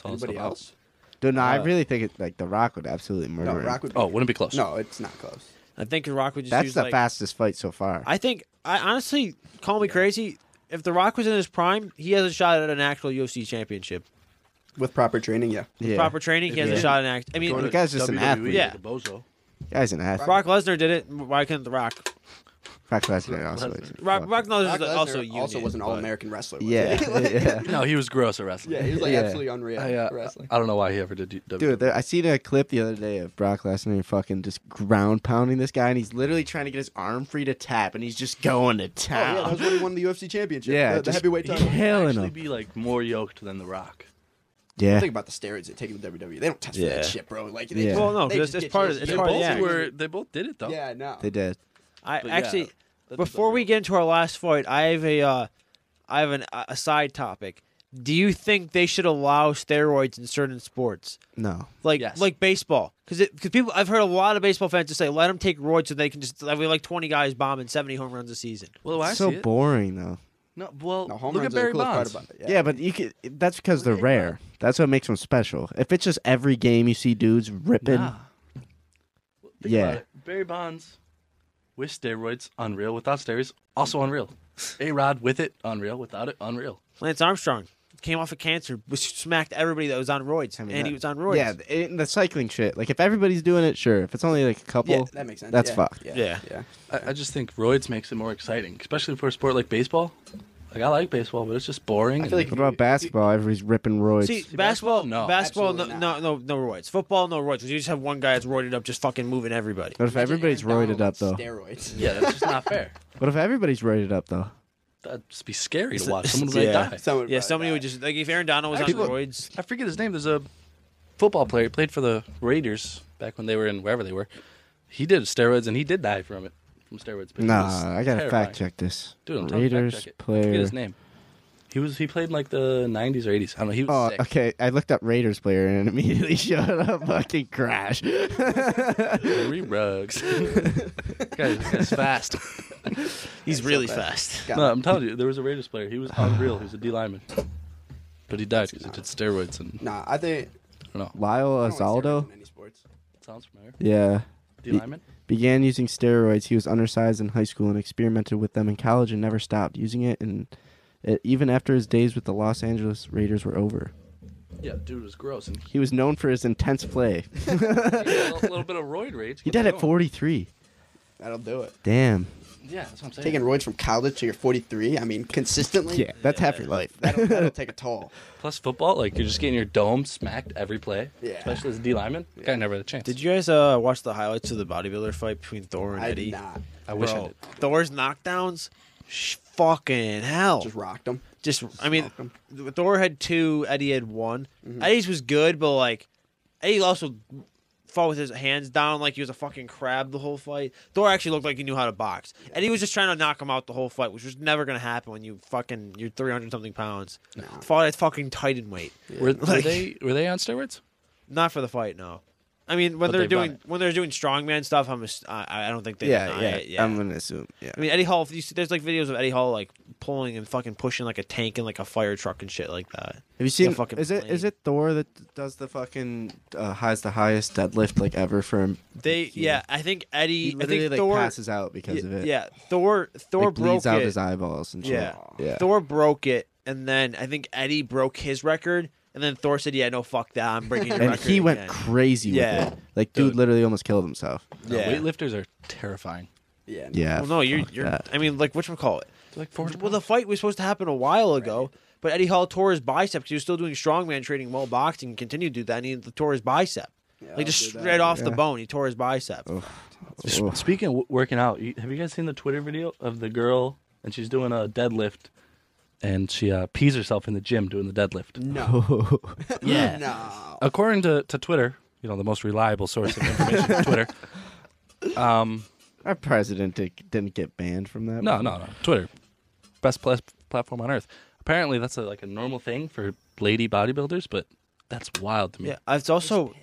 all it's Anybody about. else? Dude, no, I Uh, really think it like The Rock would absolutely murder No, him. Rock would. Oh, wouldn't be close. No, it's not close. I think The Rock would just That's use the like, fastest fight so far. I think I honestly call me crazy. If The Rock was in his prime, he has a shot at an actual UFC championship. With proper training, yeah. yeah. Proper training, he has a Yeah. shot at an act. I mean, The guy's just an E. athlete. Yeah. bozo. Guy's an athlete. Brock Lesnar did it. Why couldn't The Rock? Brock Lesnar also. Lesnar. is a Rock, fuck. Rock Knowles Brock is Lesnar also a union, also was an but- all-American wrestler. wasn't Yeah, he? like, yeah. No, he was gross at wrestling. yeah, he was like Yeah. absolutely unreal I, uh, wrestling. I don't know why he ever did WWE. Dude, there, I seen a clip the other day of Brock Lesnar fucking just ground pounding this guy, and he's literally trying to get his arm free to tap, and he's just going to Oh, yeah, that town. was when he won the UFC championship. Yeah, the, the just- heavyweight He'd title. Killing actually him. be like more yoked than The Rock. yeah, Think about the steroids they take in the WWE. They don't test for Yeah. that shit, bro. Like, they Yeah. just, Well, no, they 'cause just it's get part of- you as it's They big part of as both the you act. can. were. They both did it though. Yeah, no. they did. I But yeah, actually, that's before we get into our last fight, I have a, uh, I have an, a side topic. Do you think they should allow steroids in certain sports, No. like Yes. like baseball? Because because people, I've heard a lot of baseball fans just say, let them take roids so they can just have like twenty guys bombing seventy home runs a season. Well, Oh, I It's so see it. boring though. No, well, No, home look runs at are Barry the coolest Bonds. part about it. Yeah, but you could, that's because they're rare. That's what makes them special. If it's just every game you see dudes ripping, Nah. Well, think Yeah. about it. Barry Bonds with steroids, unreal. Without steroids, also unreal. A Rod with it, unreal. Without it, unreal. Lance Armstrong came off of cancer, was smacked everybody that was on roids, I mean, and that- he was on roids. yeah, th- it, the cycling shit. Like if everybody's doing it, sure. If it's only like a couple, Yeah, that makes sense. That's yeah. fucked. Yeah. Yeah. yeah. I, I just think roids makes it more exciting, especially for a sport like baseball. Like I like baseball, but it's just boring. I feel and- like What about basketball? Everybody's ripping roids. See, basketball, basketball, no. basketball, no, Absolutely no, no, no roids. Football, no roids. 'cause You just have one guy that's roided up, just fucking moving everybody. what if everybody's roided up though? Steroids. yeah, that's just not fair. What if everybody's roided up though? That'd just be scary It's to a- watch. Someone might yeah. die. Someone Yeah, probably somebody died. would just like if Aaron Donald was Actually- on roids. I forget his name. There's a football player. He played for the Raiders back when they were in wherever they were. He did steroids and he did die from it from steroids. but it was Nah, I gotta terrifying. fact check this. Dude, I'm telling you, fact Raiders check it. I forget player. his name. He was he played in like the 90s or 80s. I don't know. He was Oh, sick. okay. I looked up Raiders player and it immediately showed up fucking crash. Three rugs. guys, this guy's fast. He's really fast. Got No, it. I'm telling you, there was a Raiders player. He was unreal. He was a D lineman, but he died because he did steroids and Nah, I think. I don't know. Lyle I don't like steroids Osaldo. in any sports. Sounds familiar. Yeah. D lineman. Began using steroids. He was undersized in high school and experimented with them in college and never stopped using it. And it, even after his days with the Los Angeles Raiders were over, Yeah, dude was gross and he was known for his intense play. he had a little bit of roid rage. Oh, He died at 43. That'll do it. Damn. Yeah, that's what I'm saying. Taking roids from college to you're 43. I mean, consistently. Yeah, that's half your life. That'll, that'll take a toll. Plus football, like you're just getting your dome smacked every play. Yeah. Especially as a D lineman, guy never had a chance. Did you guys uh, watch the highlights of the bodybuilder fight between Thor and I Eddie? did not. I wish I Bro, did. Thor's knockdowns, sh- fucking hell. Just rocked them. Just, I mean, Thor had two, Eddie had one. Eddie's was good, but like, Eddie also fought with his hands down like he was a fucking crab the whole fight. Thor actually looked like he knew how to box. Eddie was just trying to knock him out the whole fight, which was never gonna happen when you fucking you're three hundred something pounds. Fought at fucking Titan weight. Were, were Like- they were they on steroids? Not for the fight, no. I mean, when But they're they've done doing when they're doing strongman stuff, I'm just, I, I don't think they deny it, yeah. I'm gonna assume. Yeah. I mean, Eddie Hall. You see, there's like videos of Eddie Hall like pulling and fucking pushing like a tank and like a fire truck and shit like that. Have you Yeah, seen? fucking is it is plane. it Thor that does the fucking uh, has the highest deadlift like ever for him? They, yeah, I think Eddie. He I literally think like Thor. passes out because yeah, of it. yeah, Thor. Thor broke like, bleeds out it. his eyeballs and shit. yeah. yeah. Thor broke it, and then I think Eddie broke his record, and then Thor said, "Yeah, no, fuck that, I'm breaking your and record." he went again." crazy Yeah. with it. Like, dude, Dude. literally almost killed himself. No, Yeah. weightlifters are terrifying. Yeah. no. Yeah. Well, no, you're fuck you're. that. I mean, like, what you call it? They're like 400 Well, the fight was supposed to happen a while ago, but Eddie Hall tore his bicep because he was still doing strongman training while boxing and continued to do that, and he tore his bicep. Yeah, like, I'll just do that. straight off the Yeah. bone, he tore his bicep. S- Speaking of w- working out, you, have you guys seen the Twitter video of the girl and she's doing a deadlift and she uh, pees herself in the gym doing the deadlift? No. Yeah. No. According to, to Twitter, you know, the most reliable source of information, Twitter. Um, Our president di- didn't get banned from that. no, no, no. Twitter. Best plas- platform on earth. Apparently, that's a, like a normal thing for lady bodybuilders, but that's wild to me. Yeah, it's also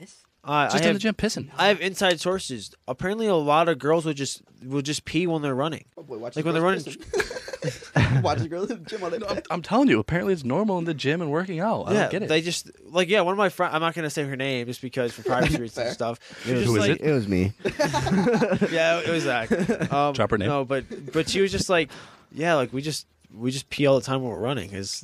uh, I Just in the have gym pissing. I have inside sources. Apparently, a lot of girls will just will just pee when they're running. Oh, boy, watch Like, the when they're girls running- pissing. watch the girls in the gym all day. I'm, I'm telling you, apparently it's normal in the gym and working out. I yeah, don't get it. they just like yeah. One of my friends, I'm not gonna say her name just because for privacy reasons and Fair. stuff. It was, Just Who is like, it? it was me. yeah, it was that. Um, Drop her name. No, but but she was just like, yeah, like we just we just pee all the time when we're running. Is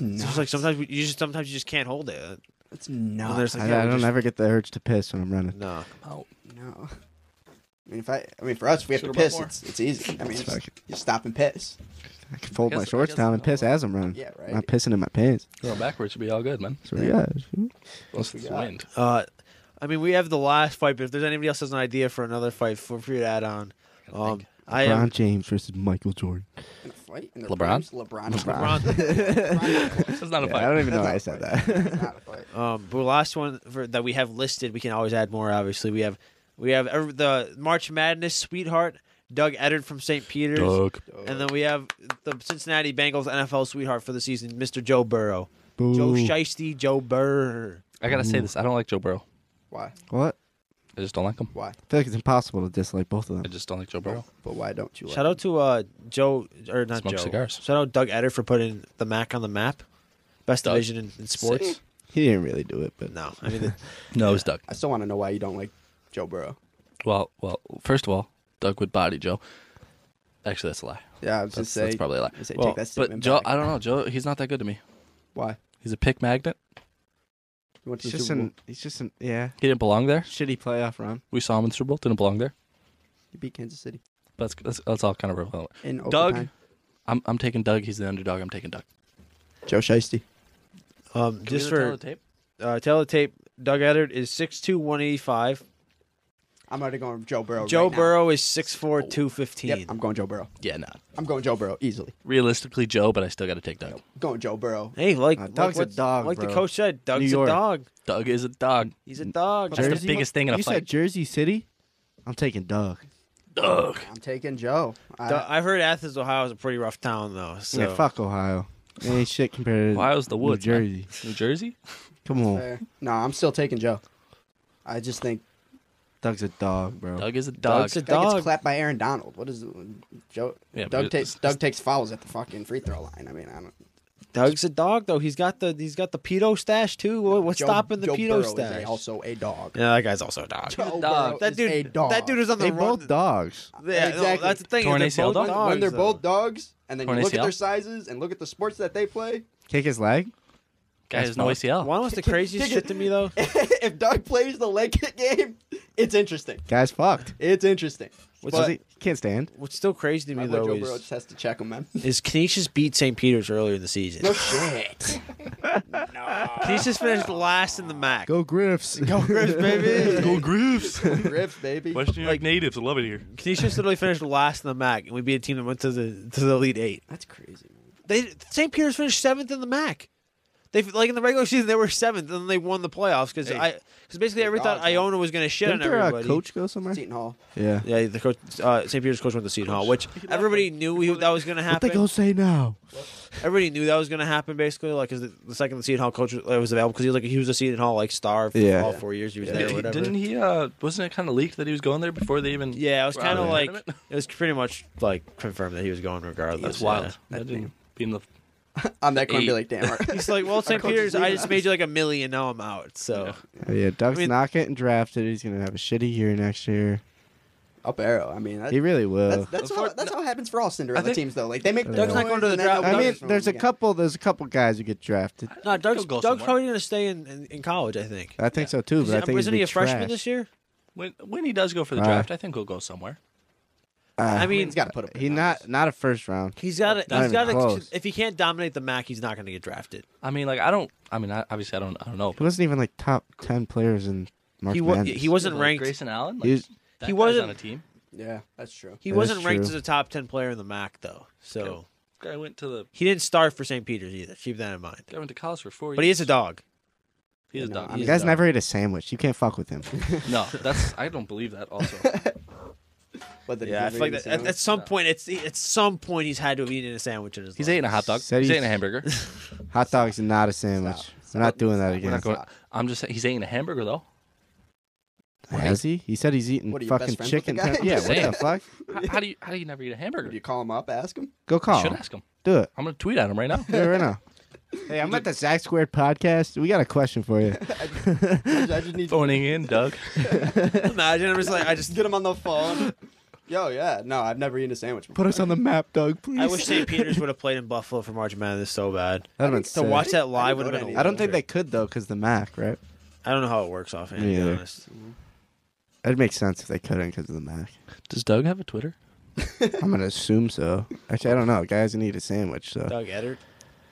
it's nuts. just like sometimes we, you just sometimes you just can't hold it. That's When nuts. there's like, I, yeah, I we don't just- ever get the urge to piss when I'm running. No, Oh, No. I mean, if I, I mean, for us, if we have Should've to brought piss. more. It's, it's easy. I mean, it's Fuck. you stop and piss. I can fold I my guess- I shorts guess down I and know. piss as I'm running. Yeah, right. I'm not pissing in my pants. going backwards should be all good, man. So yeah. Unless it's Yeah. wind. uh, I mean we have the last fight, but if there's anybody else has an idea for another fight, feel free to add on. Um, I LeBron am James versus Michael Jordan. In a fight? In the LeBron? Rams? LeBron. LeBron. LeBron. That's not a Yeah, fight. I don't even know why I That's said not that. Not a fight. Um, but the last one for, that we have listed, we can always add more. Obviously, we have we have ev- the March Madness sweetheart Doug Eddard from St. Peter's. Doug. And then we have the Cincinnati Bengals NFL sweetheart for the season, Mr. Joe Burrow. Joe Shiesty, Joe Burr. I gotta say this. I don't like Joe Burrow. Why? What? I just don't like him. Why? I feel like it's impossible to dislike both of I them. just don't like Joe Burrow. But why don't you? Shout out to uh, Joe or not Smoke Joe. cigars. Shout out Doug Eddard for putting the Mac on the map. Best Doug. division in, in sports. Sick. He didn't really do it, but No, I mean the- No, it's Doug. I still want to know why you don't like Joe Burrow. Well, well. First of all, Doug would body Joe. Actually, that's a lie. Yeah, I was That's, just saying. that's probably a lie. I say, Well, take that but statement Joe, back. I don't know. Joe, he's not that good to me. Why? He's a pick magnet. You went to he's the just Super Bowl. an he's just an yeah He didn't belong there. shitty playoff run. We saw him in the Super Bowl. Didn't belong there. You beat Kansas City But that's that's, that's all kind of irrelevant. in Doug. overtime. I'm I'm taking Doug. He's the underdog. I'm taking Doug. Joe Shiesty. um, just for tape. uh, tell the tape, Doug Eddard is 6'2", 185. I'm already going Joe Burrow. Joe right now. Burrow is 6'4", 215. Yep, I'm going Joe Burrow. Yeah, no. I'm going Joe Burrow easily. Realistically, Joe, but I still got to take Doug. Going Joe Burrow. Hey, like, Uh, like Doug's a what's- dog, Like the bro. coach said, Doug's a York. dog. Doug is a dog. He's a dog. That's the biggest thing in a you said fight. Jersey City? I'm taking Doug. Doug. I'm taking Joe. I, Du- I heard Athens, Ohio is a pretty rough town, though. So Yeah, fuck Ohio. It ain't shit compared to Ohio's the woods. New man. Jersey. New Jersey. Come on, fair. No, I'm still taking Joe. I just think Doug's a dog, bro. Doug is a dog. Doug's a Doug dog. gets clapped by Aaron Donald. What is it? Joe? Yeah, but Doug it's- takes Doug takes fouls at the fucking free throw line. I mean, I don't. Doug's a dog, though. He's got the he's got the pedo stash too. What- What's Joe- stopping the Joe pedo Burrow is a- stash? also a dog. yeah, that guy's also a dog. Joe a dog. Burrow That is dude, Oh, a dog. that dude is on the they run. both dogs. Yeah, no, Exactly. that's the thing. Torn is they're ACL both dog? dogs, when they're though. both dogs, and then you Torn look at ACL? their sizes and look at the sports that they play. Kick his leg. Guy has no That's ACL. One was the craziest shit to me though. if Doug plays the leg kick game, it's interesting. Guy's fucked. It's interesting. What's Does But- he can't stand. What's still crazy to My me boy though Joe Burrow is just has to check him, man. is Canisius beat St. Peter's earlier in the season. No shit. Canisius finished last in the MAC. Go Griffs. Go Griffs, baby. Go Griffs. Griffs, baby. Western New York natives. I love it here. Canisius literally finished last in the MAC, and we beat a team that went to the to the Elite Eight. That's crazy, man. They St. Peter's finished seventh in the MAC. They like in the regular season they were seventh, and then they won the playoffs because I because basically Hey, everyone thought dogs, man. Iona was going to shit Didn't on their uh, everybody. coach go somewhere? Seton Hall. Yeah. Yeah, the coach, uh, St. Peter's coach went to Seton Hall, which everybody knew he, that was going to What they happen. gonna say now? Everybody knew that was going to happen, basically, like because the, the second the Seton Hall coach was, uh, was available, because he was like he was a Seton Hall like star for Yeah. all four years he was Yeah. there, or whatever. Didn't he? Uh, wasn't it kind of leaked that he was going there before they even? yeah, it was were kind out of the like tournament? it was pretty much like confirmed that he was going regardless. that's yeah. wild. That didn't being the I'm that going to Eight. be like, damn. He's like, well, St. coach is Peter's, I leaving just us. made you like a million. Now I'm out. So Oh, yeah, Doug's I mean- not getting drafted. He's gonna have a shitty year next year. Up arrow. I mean, that, He really will. that's, that's, how, that's how it happens for all Cinderella I think- teams, though. Like, they make the Doug's not noise going to the and then draft. nobody I mean, knows there's a them. Yeah. couple. There's a couple guys who get drafted. no, Doug's, He'll go Doug's somewhere. probably going to stay in, in, in college, I think. I think so too. But I think Isn't he'd he be a freshman trash. this year? when when he does go for the Uh, draft, I think he'll go somewhere. I Uh, mean, He's got to put up. he with not us. not a first round. He's got to. Not He's even got to. close. If he can't dominate the MAC, he's not going to get drafted. I mean, like I don't. I mean, I, obviously, I don't. I don't know. He wasn't even like top ten players in March He, wa- Madness. he wasn't like ranked. Grayson Allen. Like, He was- that he guy's wasn't- on a team. Yeah, that's true. He That wasn't is ranked true. as a top ten player in the MAC though, so Okay. Guy went to the. he didn't start for St. Peter's either. Keep that in mind. Guy went to college for four. But he years. is a dog. He's a No, dog. I You mean, guys never ate a sandwich. You can't fuck with him. No, that's. I don't believe that. Also, But the Yeah, I feel like that, at, at some point, it's at some point he's had to have eaten a sandwich in his he's life. eating a hot dog. Said he's he's- eating a hamburger. Hot dog's not a sandwich. Stop. We're not doing that We're again. not going. I'm just. saying He's eating a hamburger though. Has he? He said he's eating What are you, fucking best friends with the chicken. guy? Yeah, what Same. the fuck? How, how do you? How do you never eat a hamburger? Do you You call him up, ask him? Go call should him. ask him. Do it. I'm gonna tweet at him right now. Do it right now. Hey, I'm at the Zach Squared podcast. We got a question for you. I just, I just need to Phoning in, Doug. Imagine I'm just like I just. get him on the phone. Yo, yeah. No, I've never eaten a sandwich before. Put us on the map, Doug, please. I wish St. Peter's would have played in Buffalo for March Madness so bad. That'd been To sick. watch that live I would didn't have been. know a that I don't think they wonder. could though, because the Mac, right? I don't know how it works offhand. Me To be either. honest. It'd make sense if they couldn't because of the Mac. Does Doug have a Twitter? I'm gonna assume so. Actually, I don't know. Guys need a sandwich, so Doug Eddard.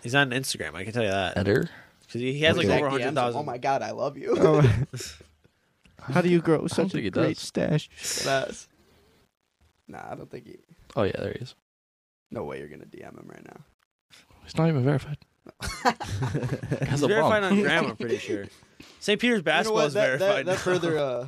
He's on Instagram. I can tell you that Editor. 'Cause he he has like Okay. over Zach DMs him, hundred thousand. Oh my god, I love you. Oh. how do you grow such think a he great does. stash? That's- Nah, I don't think he. Oh yeah, there he is. No way you're gonna DM him right now. He's not even verified. Has He's a verified bum. on Gram. I'm pretty sure. St. Peter's You know basketball what? is That, verified. that, that now. further uh,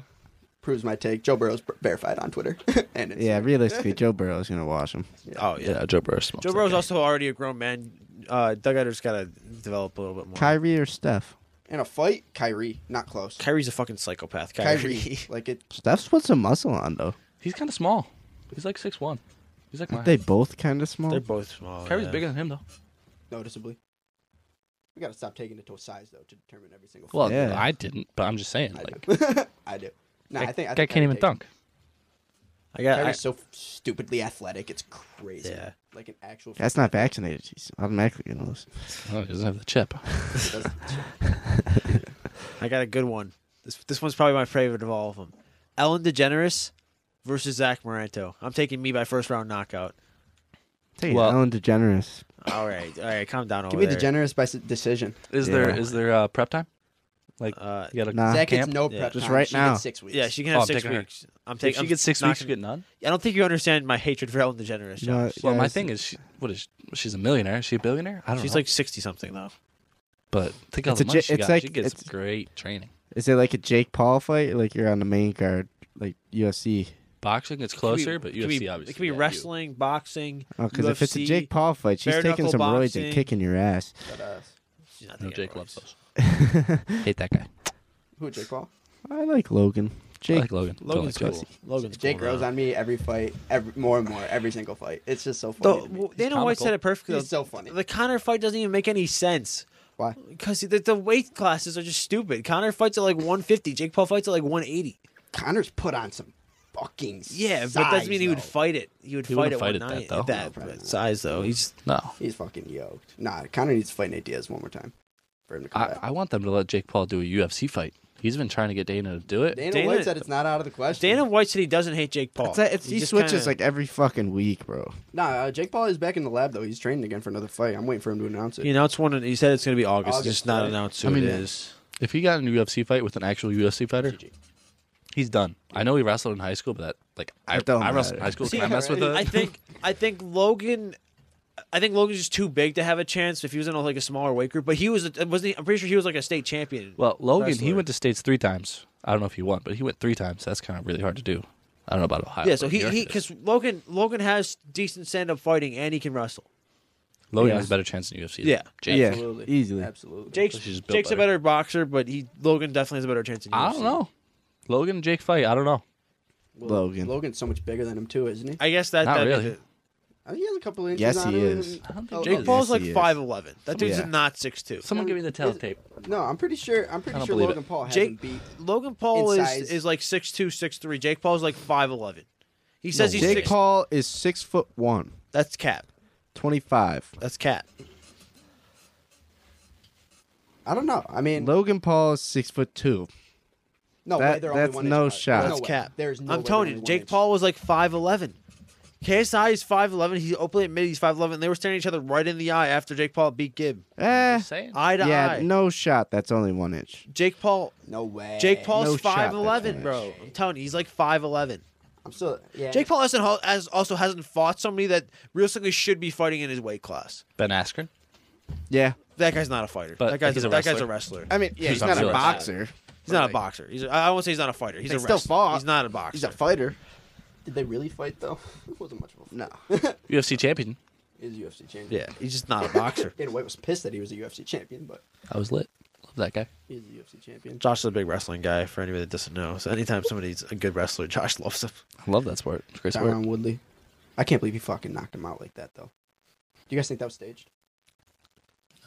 proves my take. Joe Burrow's verified on Twitter. and it's, Yeah, realistically, Joe Burrow's gonna wash him. Oh yeah, Joe Burrow. smokes Joe that Burrow's guy. also already a grown man. Uh, Doug Edwards got to develop a little bit more. Kyrie or Steph? In a fight, Kyrie, not close. Kyrie's a fucking psychopath. Kyrie. Kyrie, like it. Steph's put some muscle on though. He's kind of small. He's like six one. He's like my. Aren't they both kind of small? They're both small. Kyrie's yeah. bigger than him though. noticeably. We gotta stop taking it to a size though to determine every single. Well, Yeah. I didn't, but I'm just saying. fight. Like, I do. I do. Nah, I that think I guy think can't Kyrie even takes it. dunk. I got. I, Kyrie's so stupidly athletic. It's crazy. yeah. Like an actual. That's not vaccinated. He's automatically gonna lose. Oh, he doesn't have the chip. I got a good one. This this one's probably my favorite of all of them. Ellen DeGeneres versus Zach Moranto. I'm taking me by first round knockout. Take Well- well, Ellen DeGeneres. All right, all right, calm down over Give me there. DeGeneres by s- decision. Is Yeah. there is there uh, prep time? Like, Uh, you gotta Nah. Zach gets camp? no Yeah. prep Just time. right she now. Gets six weeks. yeah, she can Oh, have I'm six taking her. weeks. I'm If taking. she gets six weeks, you get none. I don't think you understand my hatred for Ellen DeGeneres. You know Josh. what, Well, my guys? thing is, she, what is she- she's a millionaire? Is she a billionaire? I don't She's know. like sixty something though. but think all It's the a money j- she it's got. like- she gets it's- great training. Is it like a Jake Paul fight? Like you're on the main card, like UFC? Boxing it's Could be- closer, but could UFC be, obviously. It could be yeah, you- wrestling, boxing. Oh, because if it's a UFC, Jake Paul fight, she's bare taking knuckle some roids and boxing. kicking your ass. But, uh, She's not No, taking Jake her loves roids. those. Hate that guy. who? Jake Paul. I like Logan. I Jake, like Logan. Don't Logan's like Jake. cool. Logan's Jake cool, grows though. on me every fight, every more and more every single fight. It's just so The, funny. to me. well, Dana White comical. said it perfectly. He's though. so funny. The Connor fight doesn't even make any sense Why? because the, the weight classes are just stupid. Connor fights at like 150. Jake Paul fights at like 180. Connor's put on some fucking. Yeah, size, but that doesn't mean he would though. fight it. He would He fight wouldn't at fight at 190. that, though. At No, that probably size though. He's No. He's fucking yoked. Nah, Connor needs to fight Nate Diaz one more time for him to come I, back. I want them to let Jake Paul do a UFC fight. He's been trying to get Dana to do it. Dana, Dana- White said it's not out of the question. Dana White said he doesn't hate Jake Paul. It's like- it's- He he just switches kinda- like every fucking week, bro. Nah, uh, Jake Paul is back in the lab though. He's training again for another fight. I'm waiting for him to announce it. He announced one. and He said it's going to be August. It's August, just not right? announced who I mean- it is. If he got in a UFC fight with an actual UFC fighter, he's done. I know he wrestled in high school, but that like I, It don't I wrestled in matter. high school. See, Can I mess with right? it? I think I think Logan. I think Logan's just too big to have a chance if he was in a, like a smaller weight group. But he was wasn't. He, I'm pretty sure he was like a state champion. Well, Logan, he wrestler. went to states three times. I don't know if he won, but he went three times. That's kind of really hard to do. I don't know about Ohio. yeah. So but he New York he it is. because Logan Logan has decent stand up fighting and he can wrestle. Logan Yeah. has a better chance in UFC. Yeah. Jake. Yeah. Absolutely. Easily. Absolutely. Jake's He's just built Jake's a better. better boxer, but he Logan definitely has a better chance. In I UFC. don't know. Logan and Jake fight. I don't know. Well, Logan. Logan's so much bigger than him too, isn't he? I guess that Not that really. I think he has a couple inches. Yes, on he him. is. I don't think Oh, Jake Jake Paul's Yes, like he is. five eleven. That dude's Yeah. not six two. Someone give me the tell tape. No, I'm pretty sure. I'm pretty don't sure believe Logan it. Paul has him Jake beat. Logan Paul In is size. is like six two, six three. Jake Paul's like five eleven. He says he's Jake six. Paul is six foot one, That's cap. 25. That's cap. I don't know. I mean, Logan Paul is six foot two. no way. that- They're only that's one inch no apart. There's shot. no That's way. cap. There's no. I'm way they're telling only you, one Jake inch. Paul was like five eleven. KSI is five eleven. He openly admitted he's five eleven. They were staring each other right in the eye after Jake Paul beat Gibb. Eh, Just saying. Eye to yeah, eye. no shot. That's only one inch. Jake Paul. No way. Jake no Paul's shot, five eleven, that's bro. I'm telling you, he's like five eleven. I'm still. Yeah. Jake Paul hasn't, has also hasn't fought somebody that realistically should be fighting in his weight class. Ben Askren. Yeah. That guy's not a fighter. But that guy's he's a that guy's a wrestler. wrestler. I mean, yeah, He's he's, on not a steroids. boxer. He's not a boxer. He's a, I won't say he's not a fighter. He's They a still wrestler. fought. He's not a boxer. He's a fighter. Did they really fight though? It wasn't much of a fight. No. UFC champion. He's a UFC champion. yeah, he's just not a boxer. Dana White was pissed that he was a UFC champion, but I was lit. Love that guy. he's a UFC champion. Josh is a big wrestling guy. For anybody that doesn't know, so anytime somebody's a good wrestler, Josh loves him. I love that sport. It's a great sport. Tyron Woodley. I can't believe he fucking knocked him out like that though. Do you guys think that was staged?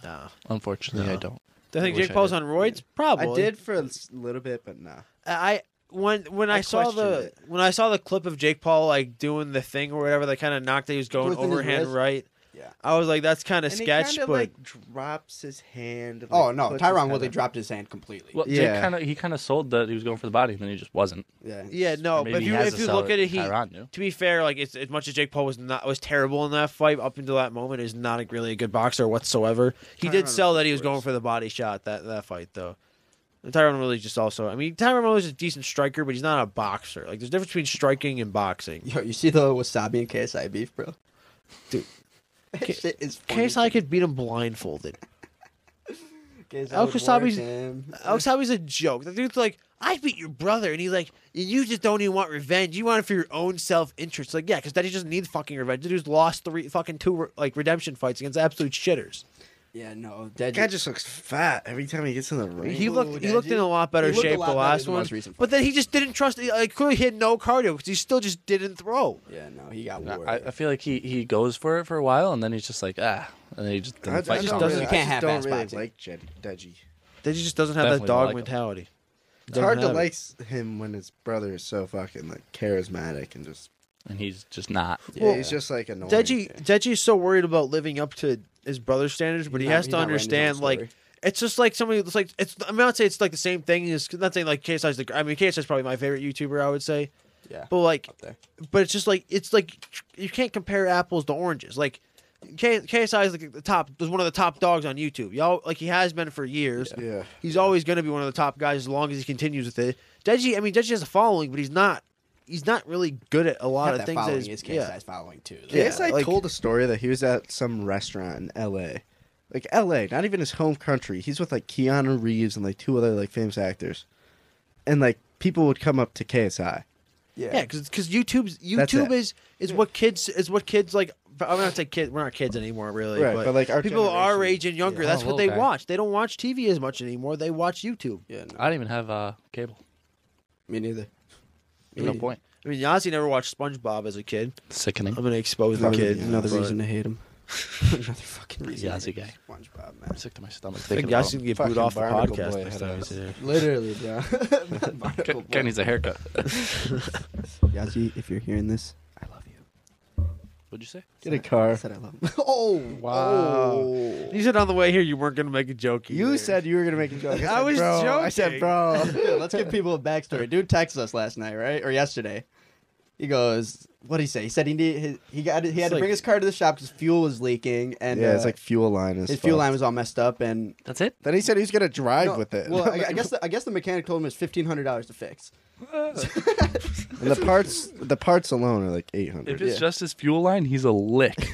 Nah. Unfortunately, I No. don't. Do I think wish Jake I Paul's did. on roids? Probably. I did for a s- little bit, but nah. I when when I, I saw the questioned it. when I saw the clip of Jake Paul like doing the thing or whatever that kind of knocked that he was going Doing the thing with his overhand wrist? right. Yeah. I was like, that's kind of sketch, but drops his hand. Oh no, Tyron Woodley dropped his hand completely. Well, Jake Yeah. kind of he kind of sold that he was going for the body, and then he just wasn't. yeah. yeah, no. Or maybe Oh, But if he you, has if a you solid- look at it, he Tyron knew. to be fair, like it's, as much as Jake Paul was not was terrible in that fight up until that moment, is not a, really a good boxer whatsoever. He did Tyron sell that he was was worse. going for the body shot that that fight though. And Tyron Woodley just also, I mean, Tyron Woodley's a decent striker, but he's not a boxer. Like there's a difference between striking and boxing. Yo, you see the wasabi and KSI beef, bro? Dude. that shit is funny. Case I could beat him blindfolded. KSI Al would work Kusabi's- him. Alex Howie's a joke. The dude's like, I beat your brother, and he's like, you just don't even want revenge. You want it for your own self interest. Like, yeah, because Daddy doesn't need fucking revenge. The dude's lost three fucking two like redemption fights against absolute shitters. Yeah, no, Deji. Guy just looks fat every time he gets in the ring. He Ooh, looked he Deji. looked in a lot better He looked a shape lot the better last than one, his recent but then he just didn't trust. Like, clearly, he had no cardio because he still just didn't throw. yeah, no, he got I, worried. I- I feel like he, he goes for it for a while and then he's just like ah, and then he just doesn't I, I fight just Conor. don't You really, can't I just have don't fast really boxing. like Jed- Deji. They just doesn't have Definitely that dog like him. mentality. It's Doesn't hard to have it. like him when his brother is so fucking like charismatic and just and he's just not. yeah, he's just like annoying. Deji Deji is so worried about living up to his brother's standards, but he He's not- has he's to not writing his own understand like story. it's just like somebody that's like it's. I'm not saying it's like the same thing. It's not saying like KSI's the. I mean KSI's probably my favorite YouTuber. I would say, yeah, but like, up there. but it's just like it's like you can't compare apples to oranges. Like K, KSI is like the top is one of the top dogs on YouTube. Y'all like he has been for years. Yeah. He's always going to be one of the top guys as long as he continues with it. Deji, I mean Deji has a following, but he's not. He's not really good at a lot Not of that things. following that is is, KSI's yeah. following too. Yeah, Yeah, KSI like- told a story that he was at some restaurant in LA. Like LA, not even his home country. He's with like Keanu Reeves and like two other like famous actors. And like people would come up to KSI. Yeah, because YouTube's That's YouTube it. is is what kids is what kids like. I'm not say kids. We're not kids anymore, really. Right, but, but, like, our people our generation- age and younger, Yeah. that's Oh, what they okay. watch. They don't watch TV as much anymore. They watch YouTube. yeah, no, I don't even have uh, cable. me neither. There's no point. I mean, Yossi never watched SpongeBob as a kid. Sickening. I'm gonna expose the Another, kid. another but- reason to hate him. another fucking reason. to Yazzie hate guy. SpongeBob, I'm man. sick to my stomach. I think thinking about Yossi him. can get Fucking booed off the Barnacle podcast. Boy next had time a- he's here. Literally, bro. Barnacle Ken- Ken needs a haircut. Boy. Yazzie, if you're hearing this, I love you. What'd you say? Get a car. I said I love him. oh Wow. oh. You said on the way here you weren't gonna make a joke. You either. said you were gonna make a joke. I, said, I was bro. I joking. said, bro. Dude, let's give people a backstory. Dude texted us last night, right, or yesterday. He goes, "What did he say?" He said he need, his, he got he had It's to like- bring his car to the shop because fuel was leaking, and yeah, uh, it's like fuel line is his fuel line was all messed up. And That's it. Then he said he's gonna drive No, with it. Well, I, I guess the, I guess the mechanic told him it's fifteen hundred dollars to fix. and the parts the parts alone are like eight If hundred. it's Yeah. just his fuel line, he's a lick.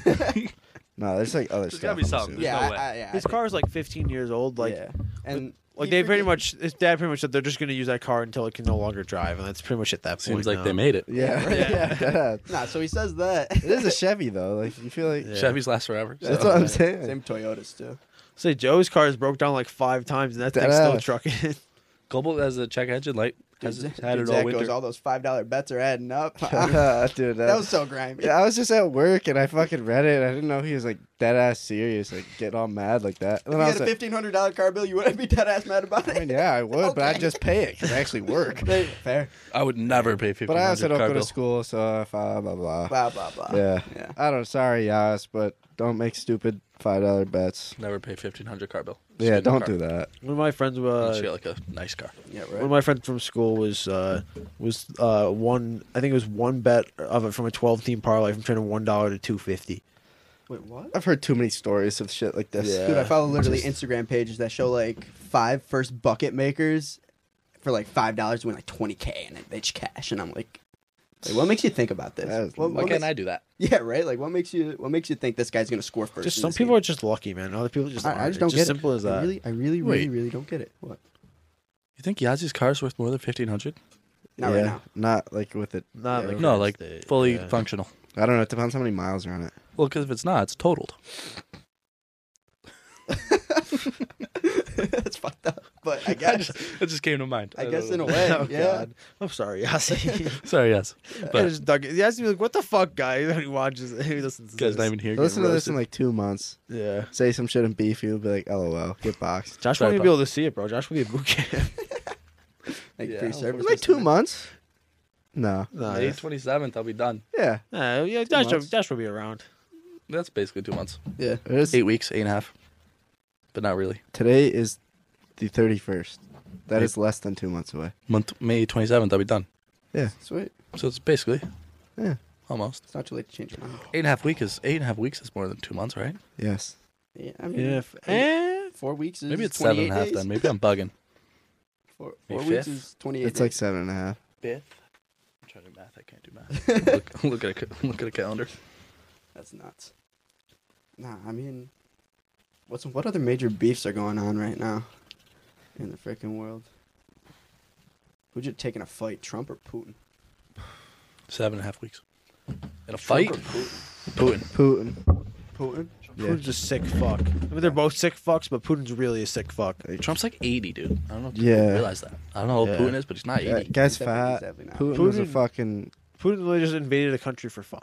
No, there's like other There's stuff. gotta be something. I'm assuming. There's yeah, no I- way. I- yeah, I his think- car's like 15 years old. Like, yeah. and like he they pretty freaking- much his dad pretty much said they're just gonna use that car until it can no longer drive, and that's pretty much at that point. Seems like now. they made it. Yeah, right? yeah. dead ass. Nah, so he says that. It is a Chevy though. Like you feel like Yeah. Chevy's last forever. so- that's what I'm saying. Same Toyotas too. Say Joe's car has broke down like five times, and that Dead thing's still ass. trucking. Cobalt has a check engine light. Has Dude, had it dude, all Zach goes, winter. all those five dollar bets are adding up. that dude, that was so grimy. Yeah, I was just at work and I fucking read it. And I didn't know he was like dead ass serious, like getting all mad like that. If And then you I had was a like, fifteen hundred dollar car bill, you wouldn't be dead ass mad about I it. mean, yeah, I would, but I'd Okay. just pay it 'cause I actually work. Fair. I would never pay fifty. but I also don't go to school, so if I, blah blah. blah. Blah blah blah. Yeah. Yeah. I don't. Sorry, Yas, but don't make stupid five dollar bets. Never pay fifteen hundred car bill. Yeah, don't do that. one of my friends, uh, Unless you get like a nice car. Yeah. one of Right. my friends from school was uh, was uh, one. I think it was one bet of it from a 12 team parlay from turning one dollar to 250. Wait, what? I've heard too many stories of shit like this. Yeah. Dude, I follow literally Instagram pages that show like five first bucket makers for like five dollars win like twenty k and they just cash and I'm like, like, what makes you think about this? That is What- Why what can't makes- I do that? Yeah, right. Like, what makes you what makes you think this guy's gonna score first? Just in some this people game? are just lucky, man. Other people just I, I aren't. just don't it's get just it. simple as I that. really, I really, Wait. really, really don't get it. What? You think Yazzie's car is worth more than fifteen hundred? Not yeah, right now. Not like with it. Not Yeah, like No, that like state, fully yeah. functional. I don't know. It depends how many miles are on it. Well, because if it's not, it's totaled. That's fucked up. But I guess, it just came to mind. I guess in a way, Oh, yeah. God. I'm sorry, Yossi. Sorry, yes. I But just dug it. Yossi was like, "What the fuck, guy?" When he watches, it, he listens. To guys, not this. even here. Listen to getting this in like two months. yeah. Say some shit and beef you, and be like, "LOL, get boxed." Josh Sorry, won't even pal. be able to see it, bro. Josh will be at boot camp. Like Yeah. free service. like or two something. months. No. Nah, May twenty seventh, I'll be done. Yeah. Nah, yeah, Josh, will- months. Josh will be around. That's basically two months. Yeah. It is, Eight weeks, eight and a half. But not really. today is the thirty first. That Eight. is less than two months away. Month May twenty seventh, I'll be done. Sweet. So it's basically Yeah. almost It's not too late to change your mind. eight and a half week is eight and a half weeks is more than two months, right? Yes. Yeah. I mean, Yeah, if, eh, four weeks is Maybe it's seven 28 and a half days. then. Maybe I'm bugging. Four, May four weeks fifth? is twenty eight. It's like seven and a half. Fifth. I'm trying to do math. I can't do math. look, look at a ca- look at a calendar. that's nuts. Nah, I mean, what's what other major beefs are going on right now in the freaking world? Who'd you take in a fight, Trump or Putin? Seven and a half weeks. In a Trump fight? or Putin. Putin. Putin. Putin? Yeah. Putin's a sick fuck. I mean, they're both sick fucks, but Putin's really a sick fuck. Trump's like 80, dude. I don't know if Yeah. you realize that. I don't know who Yeah. Putin is, but he's not 80. Yeah, guy's He's definitely- he's fat. definitely not. Putin, was a Putin- fucking Putin really just invaded a country for fun.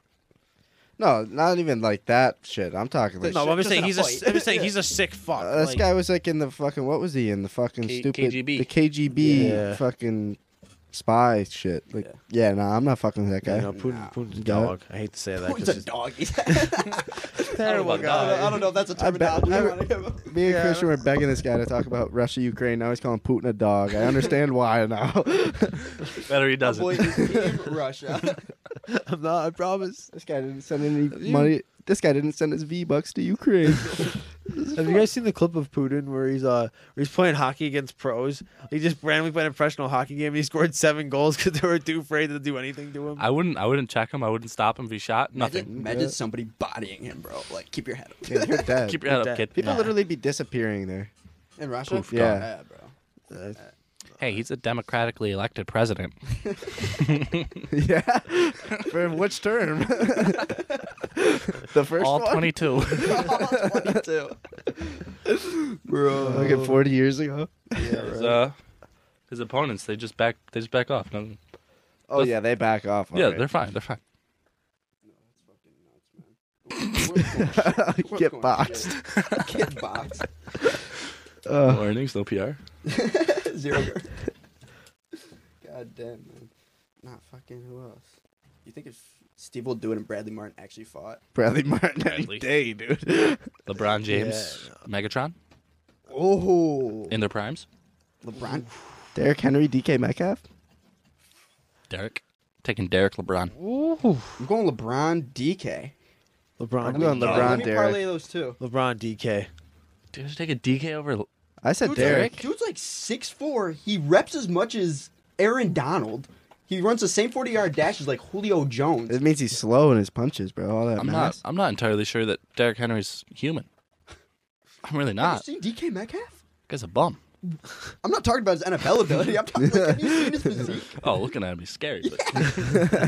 no, not even like that shit. I'm talking like No, shit, I'm just just saying in a he's a, fight. I'm just saying he's a sick fuck. Uh, this Like, guy was like in the fucking what was he in the fucking K- stupid KGB. the KGB Yeah. fucking spy shit. Like Yeah. yeah, no, nah, I'm not fucking with that guy. you know, Putin, Nah. Putin's a dog. I hate to say that. 'cause Putin's a it's- dog. Terrible I, don't, I don't know if that's a I bet- terminology. I- I wanna give. Me and Christian were begging this guy to talk about Russia Ukraine. Now he's calling Putin a dog. I understand why now. Better he Avoid Team Russia. I'm not. I promise. This guy didn't send any money. This guy didn't send his V bucks to Ukraine. Have you guys seen the clip of Putin where he's uh where he's playing hockey against pros? He just randomly played a professional hockey game. and He scored seven goals because they were too afraid to do anything to him. I wouldn't. I wouldn't check him. I wouldn't stop him if he shot. Imagine, Nothing. imagine somebody bodying him, bro. Like, keep your head up. Dude, you're dead. Keep your head Dead. up, kid. People Nah. literally be disappearing there. In Russia? Poof, Yeah. gone. bro. Hey, he's a democratically elected president. yeah. For which term? the first All one. twenty-two. bro. Like at 40 years ago. his, uh, his opponents, they just back. They just back off. Nothing. Oh yeah, they back off. Yeah, they're fine. They're fine. Get boxed. Get boxed. no earnings, no PR. Zero. girl. God damn, man. Not fucking who else? You think if Steve will do it and Bradley Martin actually fought? Bradley Martin Bradley. any day, dude. LeBron James, Megatron Oh, in their primes. LeBron. Derrick Henry, DK Metcalf. Derek, taking Derek LeBron. I'm going LeBron DK. LeBron, I'm going DK. LeBron, Uh, Let me Derek. parlay those two. LeBron DK. Dude, just take a DK over. I said Dude's Derrick. Like, dude's like six four. He reps as much as Aaron Donald. He runs the same forty yard dashes like Julio Jones. It means he's slow in his punches, bro. All that I'm not. mass. I'm not entirely sure that Derek Henry's human. I'm Have really you not. seen DK Metcalf? Guy's a bum. I'm not talking about his NFL ability. I'm talking like, have you seen his physique? Oh, looking at him, he's scary. But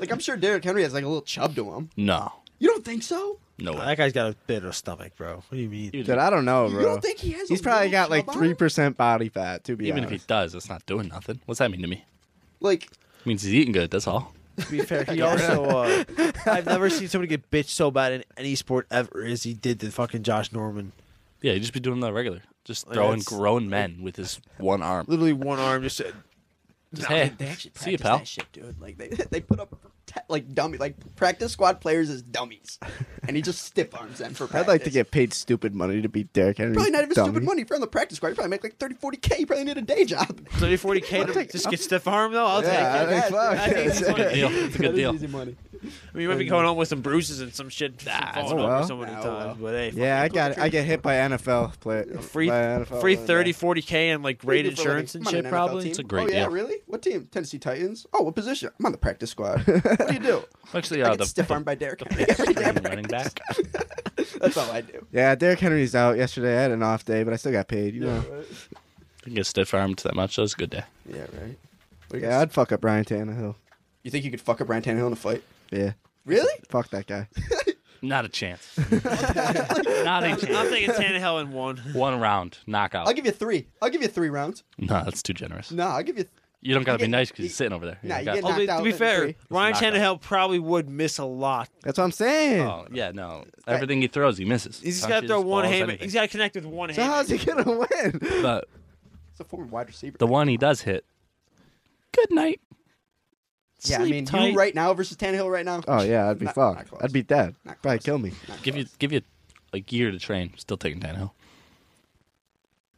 Like I'm sure Derrick Henry has like a little chub to him. no, You don't think so? no way. That guy's got a bit of a stomach, bro. What do you mean? Dude, Dude, I don't know, You bro. don't think he has? he's a probably little got like chub on him? three percent body fat. To be Even if he honest, does, it's not doing nothing. What's that mean to me? Like It means he's eating good. That's all. To be fair, he also uh, I've never seen somebody get bitched so bad in any sport ever as he did to fucking Josh Norman. Yeah, he'd just be doing that regular, just Like, throwing that's- grown men with his one arm. Literally one arm just said, Just, Nah, hey, they, they actually practice Eh, see you, pal. that shit, dude. Like they, they put up te- like dummy like practice squad players as dummies, and he just stiff arms them for practice. I'd like to get paid stupid money to beat Derrick Henry. probably not even dummy. stupid money. If you're on the practice squad, you probably make like 30, 40 k. You probably need a day job. 30, 40 K to just get stiff arm though. I'll Yeah, take it. I think, fuck, I think yes. he's funny. Deal. It's That a good is deal. easy money. I mean, you might be going home with some bruises and some shit nah, falling oh, over well. so many Nah, oh, times. But hey, Yeah, I got. I get hit by NFL play. free by NFL free player. 30, 40 k and like What do you great do for a living? insurance and I'm on shit an NFL probably. team. It's a great Oh yeah, deal. really? What team? Tennessee Titans. Oh, what position? I'm on the practice squad. what do you do? Actually, I uh, get the, stiff the, armed by Derrick. Henry the every day at fucking running practice. back. That's all I do. Yeah, Derrick Henry's out yesterday. I had an off day, but I still got paid. You know. You can get stiff armed that much. That was a good day. Yeah, right. Yeah, I'd fuck up Brian Tannehill. You think you could fuck up Ryan Tannehill in a fight? Yeah, Really? fuck that guy. Not a chance. Not a I'm chance. thinking Tannehill in one. One round knockout. I'll give you three. I'll give you three rounds. no, that's too generous. No, I'll give you. You don't got to You be get- nice because he's you- sitting over there. Nah, You you get got- Oh, Well, they- to be out fair, three. Ryan Knocked out. Tannehill probably would miss a lot. That's what I'm saying. oh, yeah, no. Everything he throws, he misses. He's just got to Punches, throw one balls, hand. anything. He's got to connect with one so how's hand. he gonna win? But It's a former wide receiver. the one he does hit, good night. yeah, I mean, you right now versus Tannehill right now. Oh yeah, I'd be Not- not fucked. close. I'd be dead. Not Probably close. kill me. Not Give you close. give you a year to train. Still taking Tannehill.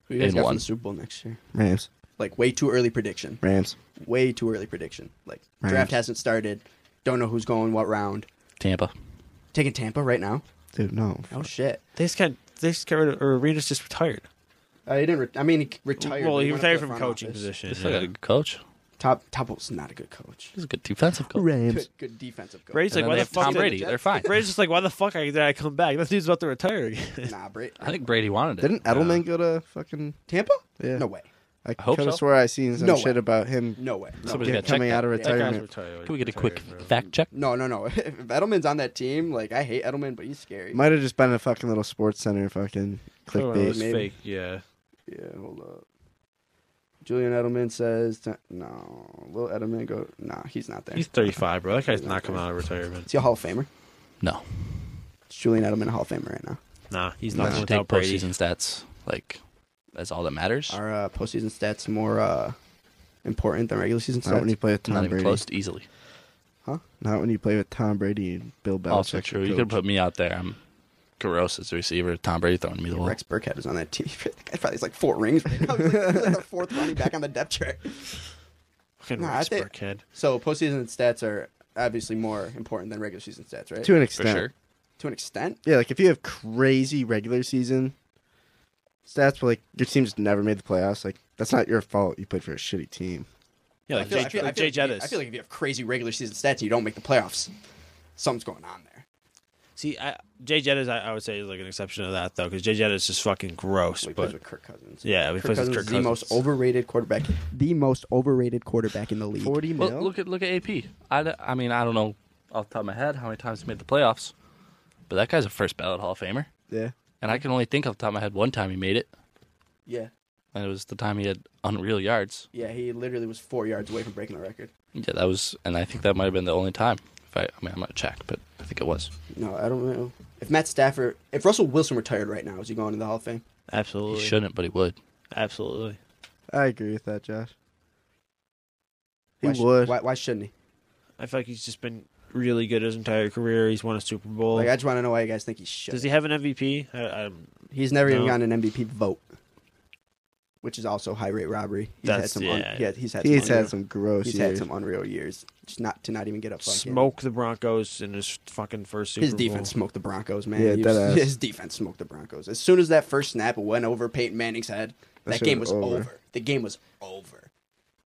Who you guys in got for one. the Super Bowl next year? Rams. Like way too early prediction. Rams. Way too early prediction. Like Right. draft hasn't started. Don't know who's going what round. Tampa. Taking Tampa right now. Dude, no. Oh shit. They just got they just got rid of or Arenas just retired. Uh, he didn't. Re- I mean, he retired. Well, but he went up to retired Oh, the from front coaching office. position. He's Yeah. got a good coach. Top Topple's not a good coach. He's a good defensive coach. Rams. Good, good defensive coach. Brady's like, And then why they the have fuck? Tom did- Brady. They're fine. Brady's just like, why the fuck I- did I come back? That dude's about to retire again. Nah, Brady. I think Brady wanted it. Didn't Edelman go to fucking? Tampa? Yeah. No way. I hope could have so. swore I seen some No shit way. about him No way. No, Somebody's get- got to check coming that. out of That guy's retirement. retired. Can we get a quick retired, bro. fact check? no, no. no. if Edelman's on that team, like I hate Edelman, but he's scary. Might have just been a fucking little sports center fucking Probably one of clickbait. those maybe. Oh, fake, yeah. yeah, hold up. Julian Edelman says t- no. Will Edelman go? Nah, he's not there. He's 35, bro. That guy's not coming out of retirement. Is he a Hall of Famer? No. It's Julian Edelman a Hall of Famer right now. Nah, he's Not not Nah. to going take without Brady. postseason stats. Like that's all that matters. Are uh, postseason stats more uh, important than regular season Not when you stats? play with Not Tom even Brady. close. Easily. Not when you play with Tom Brady and Bill Belichick. also true. You could put me out there. I'm gross as a receiver. Tom Brady throwing me the ball. Rex Burkhead is on that team. that guy probably has like four rings right now. He's like, he's like the fourth running back on the depth chart. Fucking Nah, I Rex think- Burkhead. So postseason stats are obviously more important than regular season stats, right? to an For extent. sure. to an extent. Yeah, like if you have crazy regular season stats, but like your team's never made the playoffs, like that's not your fault. You played for a shitty team. Yeah, like I feel- Jay, I feel- I like feel Jay like if you- I Jettis. feel like if you have crazy regular season stats and you don't make the playoffs, something's going on there. See, I, Jay Jettis, I, I would say, is like an exception to that, though, because Jay Jettis is fucking gross. Like, he plays But with Kirk Cousins. yeah, we Kirk plays with Cousins, is Kirk the Cousins. most overrated quarterback. The most overrated quarterback in the league. Forty mil. Well, look at look at AP. I, d- I mean I don't know off the top of my head how many times he made the playoffs, but that guy's a first ballot Hall of Famer, yeah, and I can only think off the top of my head one time he made it, Yeah, and it was the time he had unreal yards. yeah. He literally was four yards away from breaking the record. Yeah, that was, and I think that might have been the only time. If I, I mean, I'm not checked, but I think it was. No, I don't know. If Matt Stafford, if Russell Wilson retired right now, is he going to the Hall of Fame? He absolutely, shouldn't, but he would. absolutely. I agree with that, Josh. He Why sh- would. Why, why shouldn't he? I feel like he's just been really good his entire career. He's won a Super Bowl. Like, I just want to know why you guys think he should. Does he have an MVP? I, I'm, He's never even No. gotten an MVP vote, which is also high rate robbery. He's had That's- some. un- yeah. he had, he's had. He's some unreal- had some gross He's years. had some unreal years. Just not to not even get up. smoke the Broncos in his fucking first Super His defense Bowl. smoked the Broncos, man. Yeah, He dead was- ass. his defense smoked the Broncos. As soon as that first snap went over Peyton Manning's head, That that shit game was was over. over. The game was over.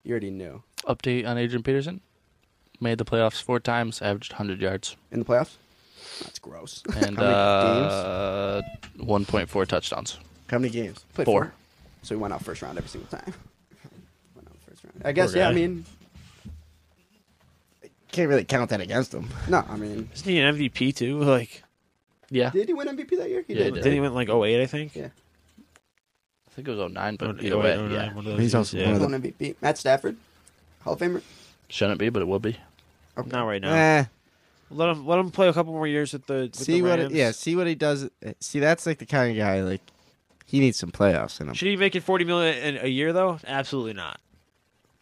You already knew Update on Adrian Peterson. Made the playoffs four times, averaged 100 yards, in the playoffs. That's gross. and How many uh, 1.4 touchdowns. How many games? Played Four. so he went out first round every single time. went out first round. I guess. Poor Yeah. guy. I mean, Can't really count that against him. no. I mean, Isn't he an MVP too? Like, Yeah, did he win MVP that year? He Yeah, he did. did. didn't he win like 08, I think? Yeah. I think it was 09, but Or- either 08, way, 09, yeah, one of those He's years, also yeah. one of Won MVP. Matt Stafford, Hall of Famer. shouldn't be, but it would be. Not right now. Eh, Let him let him play a couple more years with the with see the what? Rams. yeah, see what he does. eh, See, that's like the kind of guy like he needs some playoffs in him. Should he make it forty million in a year though? Absolutely not.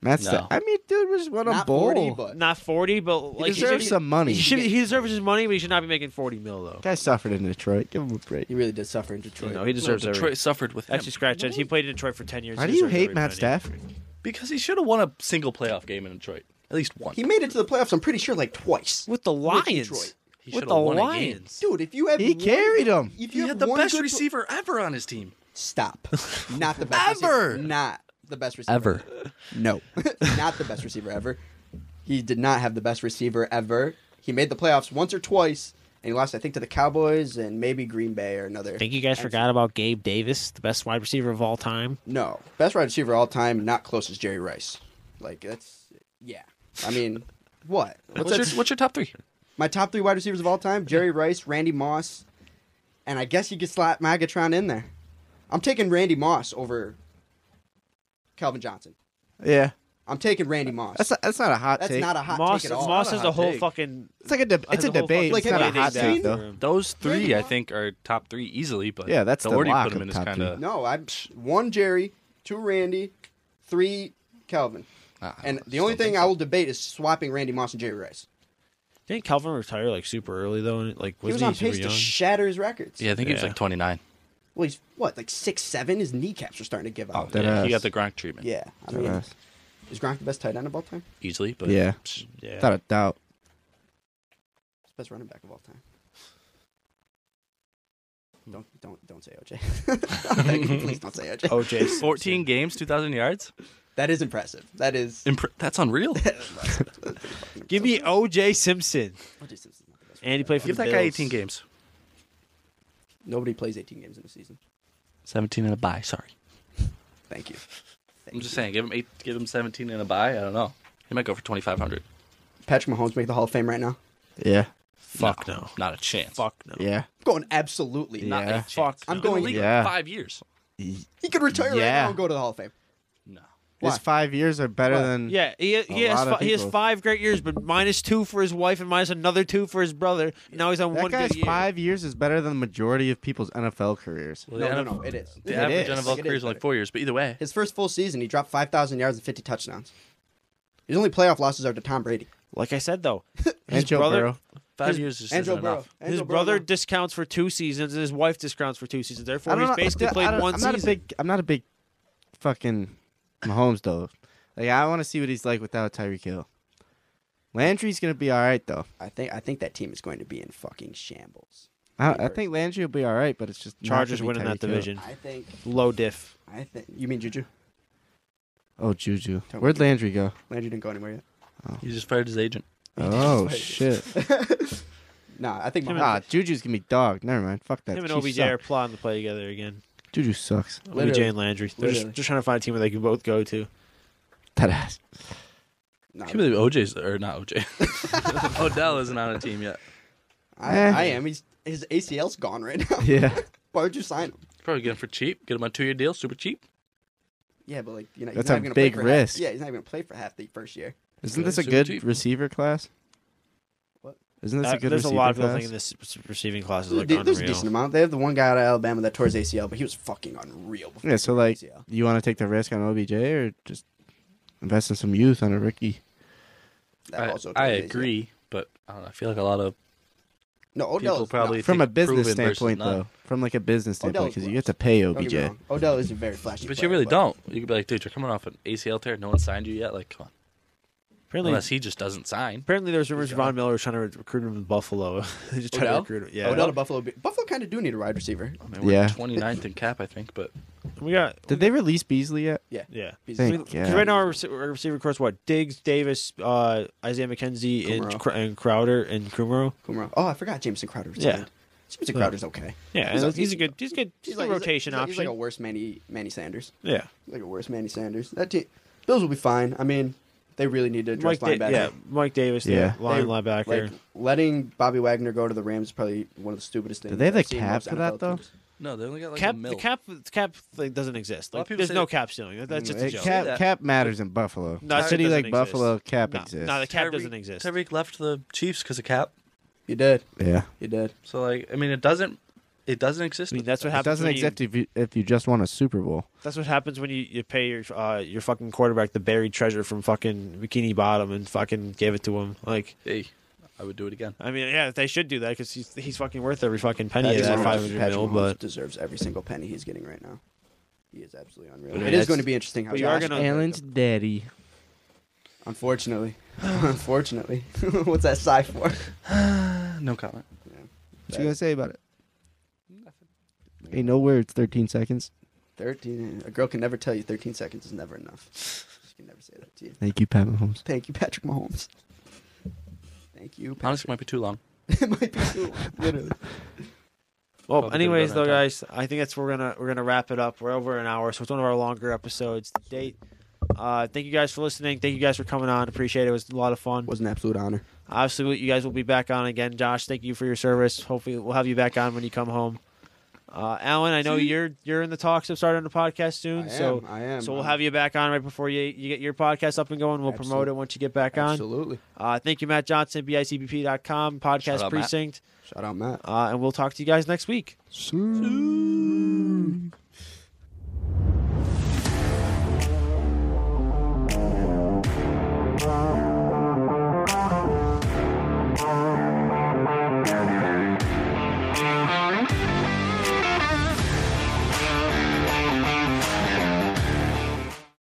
That's No. the, I mean, dude was won a Not bowl. 40, but Not forty, but like he deserves should, some money. He, should, he deserves his money, but he should not be making forty mil though. guy suffered in Detroit. Give him a break. he really did suffer in Detroit. You know, he deserves no, every. Detroit suffered with him Actually, scratch it. He played in Detroit for ten years. Why He do you deserves hate every Matt penny. Stafford? because he should have won a single playoff game in Detroit, at least one. He made it to the playoffs. I'm pretty sure like twice. with the Detroit. Lions? He with should've the won a game. Lions, Dude, if you have He one- carried him. If He you had the one best good- receiver ever on his team. Stop. Not the best Ever. receiver. Not the best receiver No, not the best receiver ever. He did not have the best receiver ever. He made the playoffs once or twice, and he lost, I think, to the Cowboys and maybe Green Bay or another. I think you guys forgot about Gabe Davis, the best wide receiver of all time. No, best wide receiver all time, not close as Jerry Rice. Like that's yeah. I mean, what? What's What's, that- your, what's your top three? my top three wide receivers of all time: Jerry Rice, Randy Moss, and I guess you could slap Magatron in there. I'm taking Randy Moss over Calvin Johnson. Yeah, I'm taking Randy Moss. that's not, that's not a hot That's take. not a hot Moss, take at all. Moss Not a is a hot whole take. fucking. It's like a deb- has it's a whole debate. fucking It's not a debate hot they've take seen. though. Those Randy three, I Moss. think, are top three easily. But Yeah, that's the the order you lock put them in of is top kind of. No, I one Jerry, two Randy, three Calvin. And the only thing I will debate is swapping Randy Moss and Jerry Rice. Didn't Calvin retire like super early though? And like He was wasn't on super pace to young? shatter his records. Yeah, I think he was Yeah. like 29. Well, he's what, like six seven? His kneecaps are starting to give out. Dead yeah, he got ass. the Gronk treatment. yeah, I mean, ass. is Gronk the best tight end of all time? easily. But Yeah. Psh, Yeah. Without a doubt. He's the best running back of all time. Don't don't don't say OJ. Please don't say OJ. OJ 14 games, 2,000 yards. That is impressive. That is. Impre- that's unreal. Give me OJ Simpson. OJ Simpson's not the best And he running back. played for Give the that guy Bills. 18 games. Nobody plays 18 games in a season. 17 and a bye. Sorry. Thank you. think. I'm just saying, give him eight, give him 17 and a buy. I don't know. He might go for 2,500. Patrick Mahomes make the Hall of Fame right now. Yeah. Fuck no. Not a chance. Fuck no. Yeah. I'm going absolutely not. Not Yeah. a chance. I'm He's been in going- the league Yeah. for five years. He could retire right Yeah. now and go to the Hall of Fame. No. Why? His five years are better Why? than. Yeah, he, he A has lot of fi- he has people. five great years, but minus two for his wife and minus another two for his brother. Now he's on That one guy's good year. five years is better than the majority of people's NFL careers. Well, No, no, the no. NFL It is. The It average is. NFL It career is only better. four years, but either way, His first full season, he dropped 5,000 yards and 50 touchdowns. His only playoff losses are to Tom Brady Like I said though, his And Joe brother, Burrow. five his- years is and Joe isn't Burrow. enough. And his Joe Burrow. brother discounts for two seasons, and his wife discounts for two seasons. I Therefore, don't he's know- basically I played don't- one I'm season. not a big. I'm not a big, fucking, Mahomes though. Like I want to see what he's like without Tyreek Hill. Landry's gonna be all right though. I think I think that team is going to be in fucking shambles. I, I think Landry will be all right, but it's just not Chargers gonna be winning that Tyreek Hill. division. I think. Low diff. I think. You mean Juju? Oh, Juju, Don't- where'd Landry go? Landry didn't go anywhere yet. He just fired his agent. Oh shit. Nah, I think. Him Mahomes, Ah, Juju's gonna be dog. Never mind. Fuck that. Him and Chiefs OBJ suck. are plotting to play together again. Juju sucks. OBJ and Landry. They're just, Literally. just trying to find a team where they can both go to. That ass. nah, I can't believe OJ's or not OJ. Odell isn't on a team yet. I, Eh. I am. He's his ACL's gone right now. Yeah. Why would you sign him? Probably get him for cheap. Get him on a two-year deal, super cheap. Yeah, but like you know, That's he's not a even gonna big play for risk. Half, yeah, he's not even gonna play for half the first year. Isn't this a Super good cheap. receiver class? What? Isn't this Uh, a good there's a receiver lot of people class? thinking this receiving class is There's, a like de- there's a unreal. decent amount. They have the one guy out of Alabama that tore his ACL, but he was fucking unreal. Before yeah, so like, ACL. you want to take the risk on OBJ or just invest in some youth on a rookie? That I, also tore I his ACL. agree, but I don't know. I feel like a lot of No, people Odell is probably From a think proven business versus standpoint, not. though, from like a business standpoint, Odell's because you worse. have to pay no, Oh, don't get me OBJ. wrong. Odell is a very flashy. But you player, really don't. You could be like, dude, you're coming off an ACL tear. No one signed you yet. Like, come on. Apparently, Unless he just doesn't sign. apparently there's rumors Von Miller was trying to re- recruit him in Buffalo. They just trying to Odell? recruit him. Yeah. Odell to Buffalo. be- Buffalo kind of do need a wide receiver. I mean, we're Yeah. 29th in cap, I think. But We got Did they release Beasley yet? yeah. He's- Thank I mean, 'cause Yeah. right now our, rece- our receiver course what Diggs, Davis, uh, Isaiah McKenzie, and, Kumaro. Cr- and Crowder and Kumaro. Kumaro. Oh, I forgot Jameson Crowder. Was Yeah. signed. Jameson Crowder's okay. Yeah, He's and a- he's, a good, he's good, he's, a like- rotation he's like- He's option. like a worse Manny Manny Sanders. yeah, He's Like a worse Manny Sanders. That team, Bills will be fine. I mean, they really need to address Mike, da- linebacker. yeah, Mike Davis, Yeah. yeah, line They- linebacker. Like letting Bobby Wagner go to the Rams is probably one of the stupidest things. they have the I've seen cap most for that, NFL though? teams. no, they only got like cap, a the mil. cap, the cap thing doesn't exist. A lot of Like, people there's say no that- cap ceiling. That- That's just a Uh, joke. cap, Say that. cap matters in Buffalo. No, a it city doesn't like exist. Buffalo, cap no, exists. no, the cap Tyreek- doesn't exist. Tyreek left the Chiefs because of cap. You did. yeah, You did. So like, I mean, it doesn't. It doesn't exist. I mean, that's what it happens. doesn't when you- exist if you if you just won a Super Bowl. That's what happens when you, you pay your uh, your fucking quarterback the buried treasure from fucking Bikini Bottom and fucking gave it to him. Like, hey, I would do it again. I mean, yeah, they should do that because he's he's fucking worth every fucking penny Patrick of that Mahomes- five hundred Patrick mil. Mahomes But deserves every single penny he's getting right now. He is absolutely unreal. But It that's- is going to be interesting how but you are Josh- gonna- Allen's daddy. Unfortunately, unfortunately, what's that sigh for? No comment. What you gonna say about it? Ain't no words. Thirteen seconds. Thirteen. A girl can never tell you thirteen seconds is never enough. She can never say that to you. Thank you, Pat Mahomes. Thank you, Patrick Mahomes. Thank you. Pat- Honestly, might be too long. it might be too long, literally. well, could've anyways, done that though, time. guys, I think that's we're gonna we're gonna wrap it up. We're over an hour, so it's one of our longer episodes to date. Uh, thank you guys for listening. Thank you guys for coming on. Appreciate it. It was a lot of fun. was an absolute honor. Obviously, you guys will be back on again. Josh, thank you for your service. Hopefully, we'll have you back on when you come home. Uh, Alan, I know you're you're in the talks of starting a podcast soon, I so am, I am. so we'll have you back on right before you, you get your podcast up and going. We'll promote Absolute- it once you get back on. Absolutely. Uh, thank you, Matt Johnson, bicbp.com, podcast Shout out, Matt. precinct, Shout out, Matt. uh, and we'll talk to you guys next week.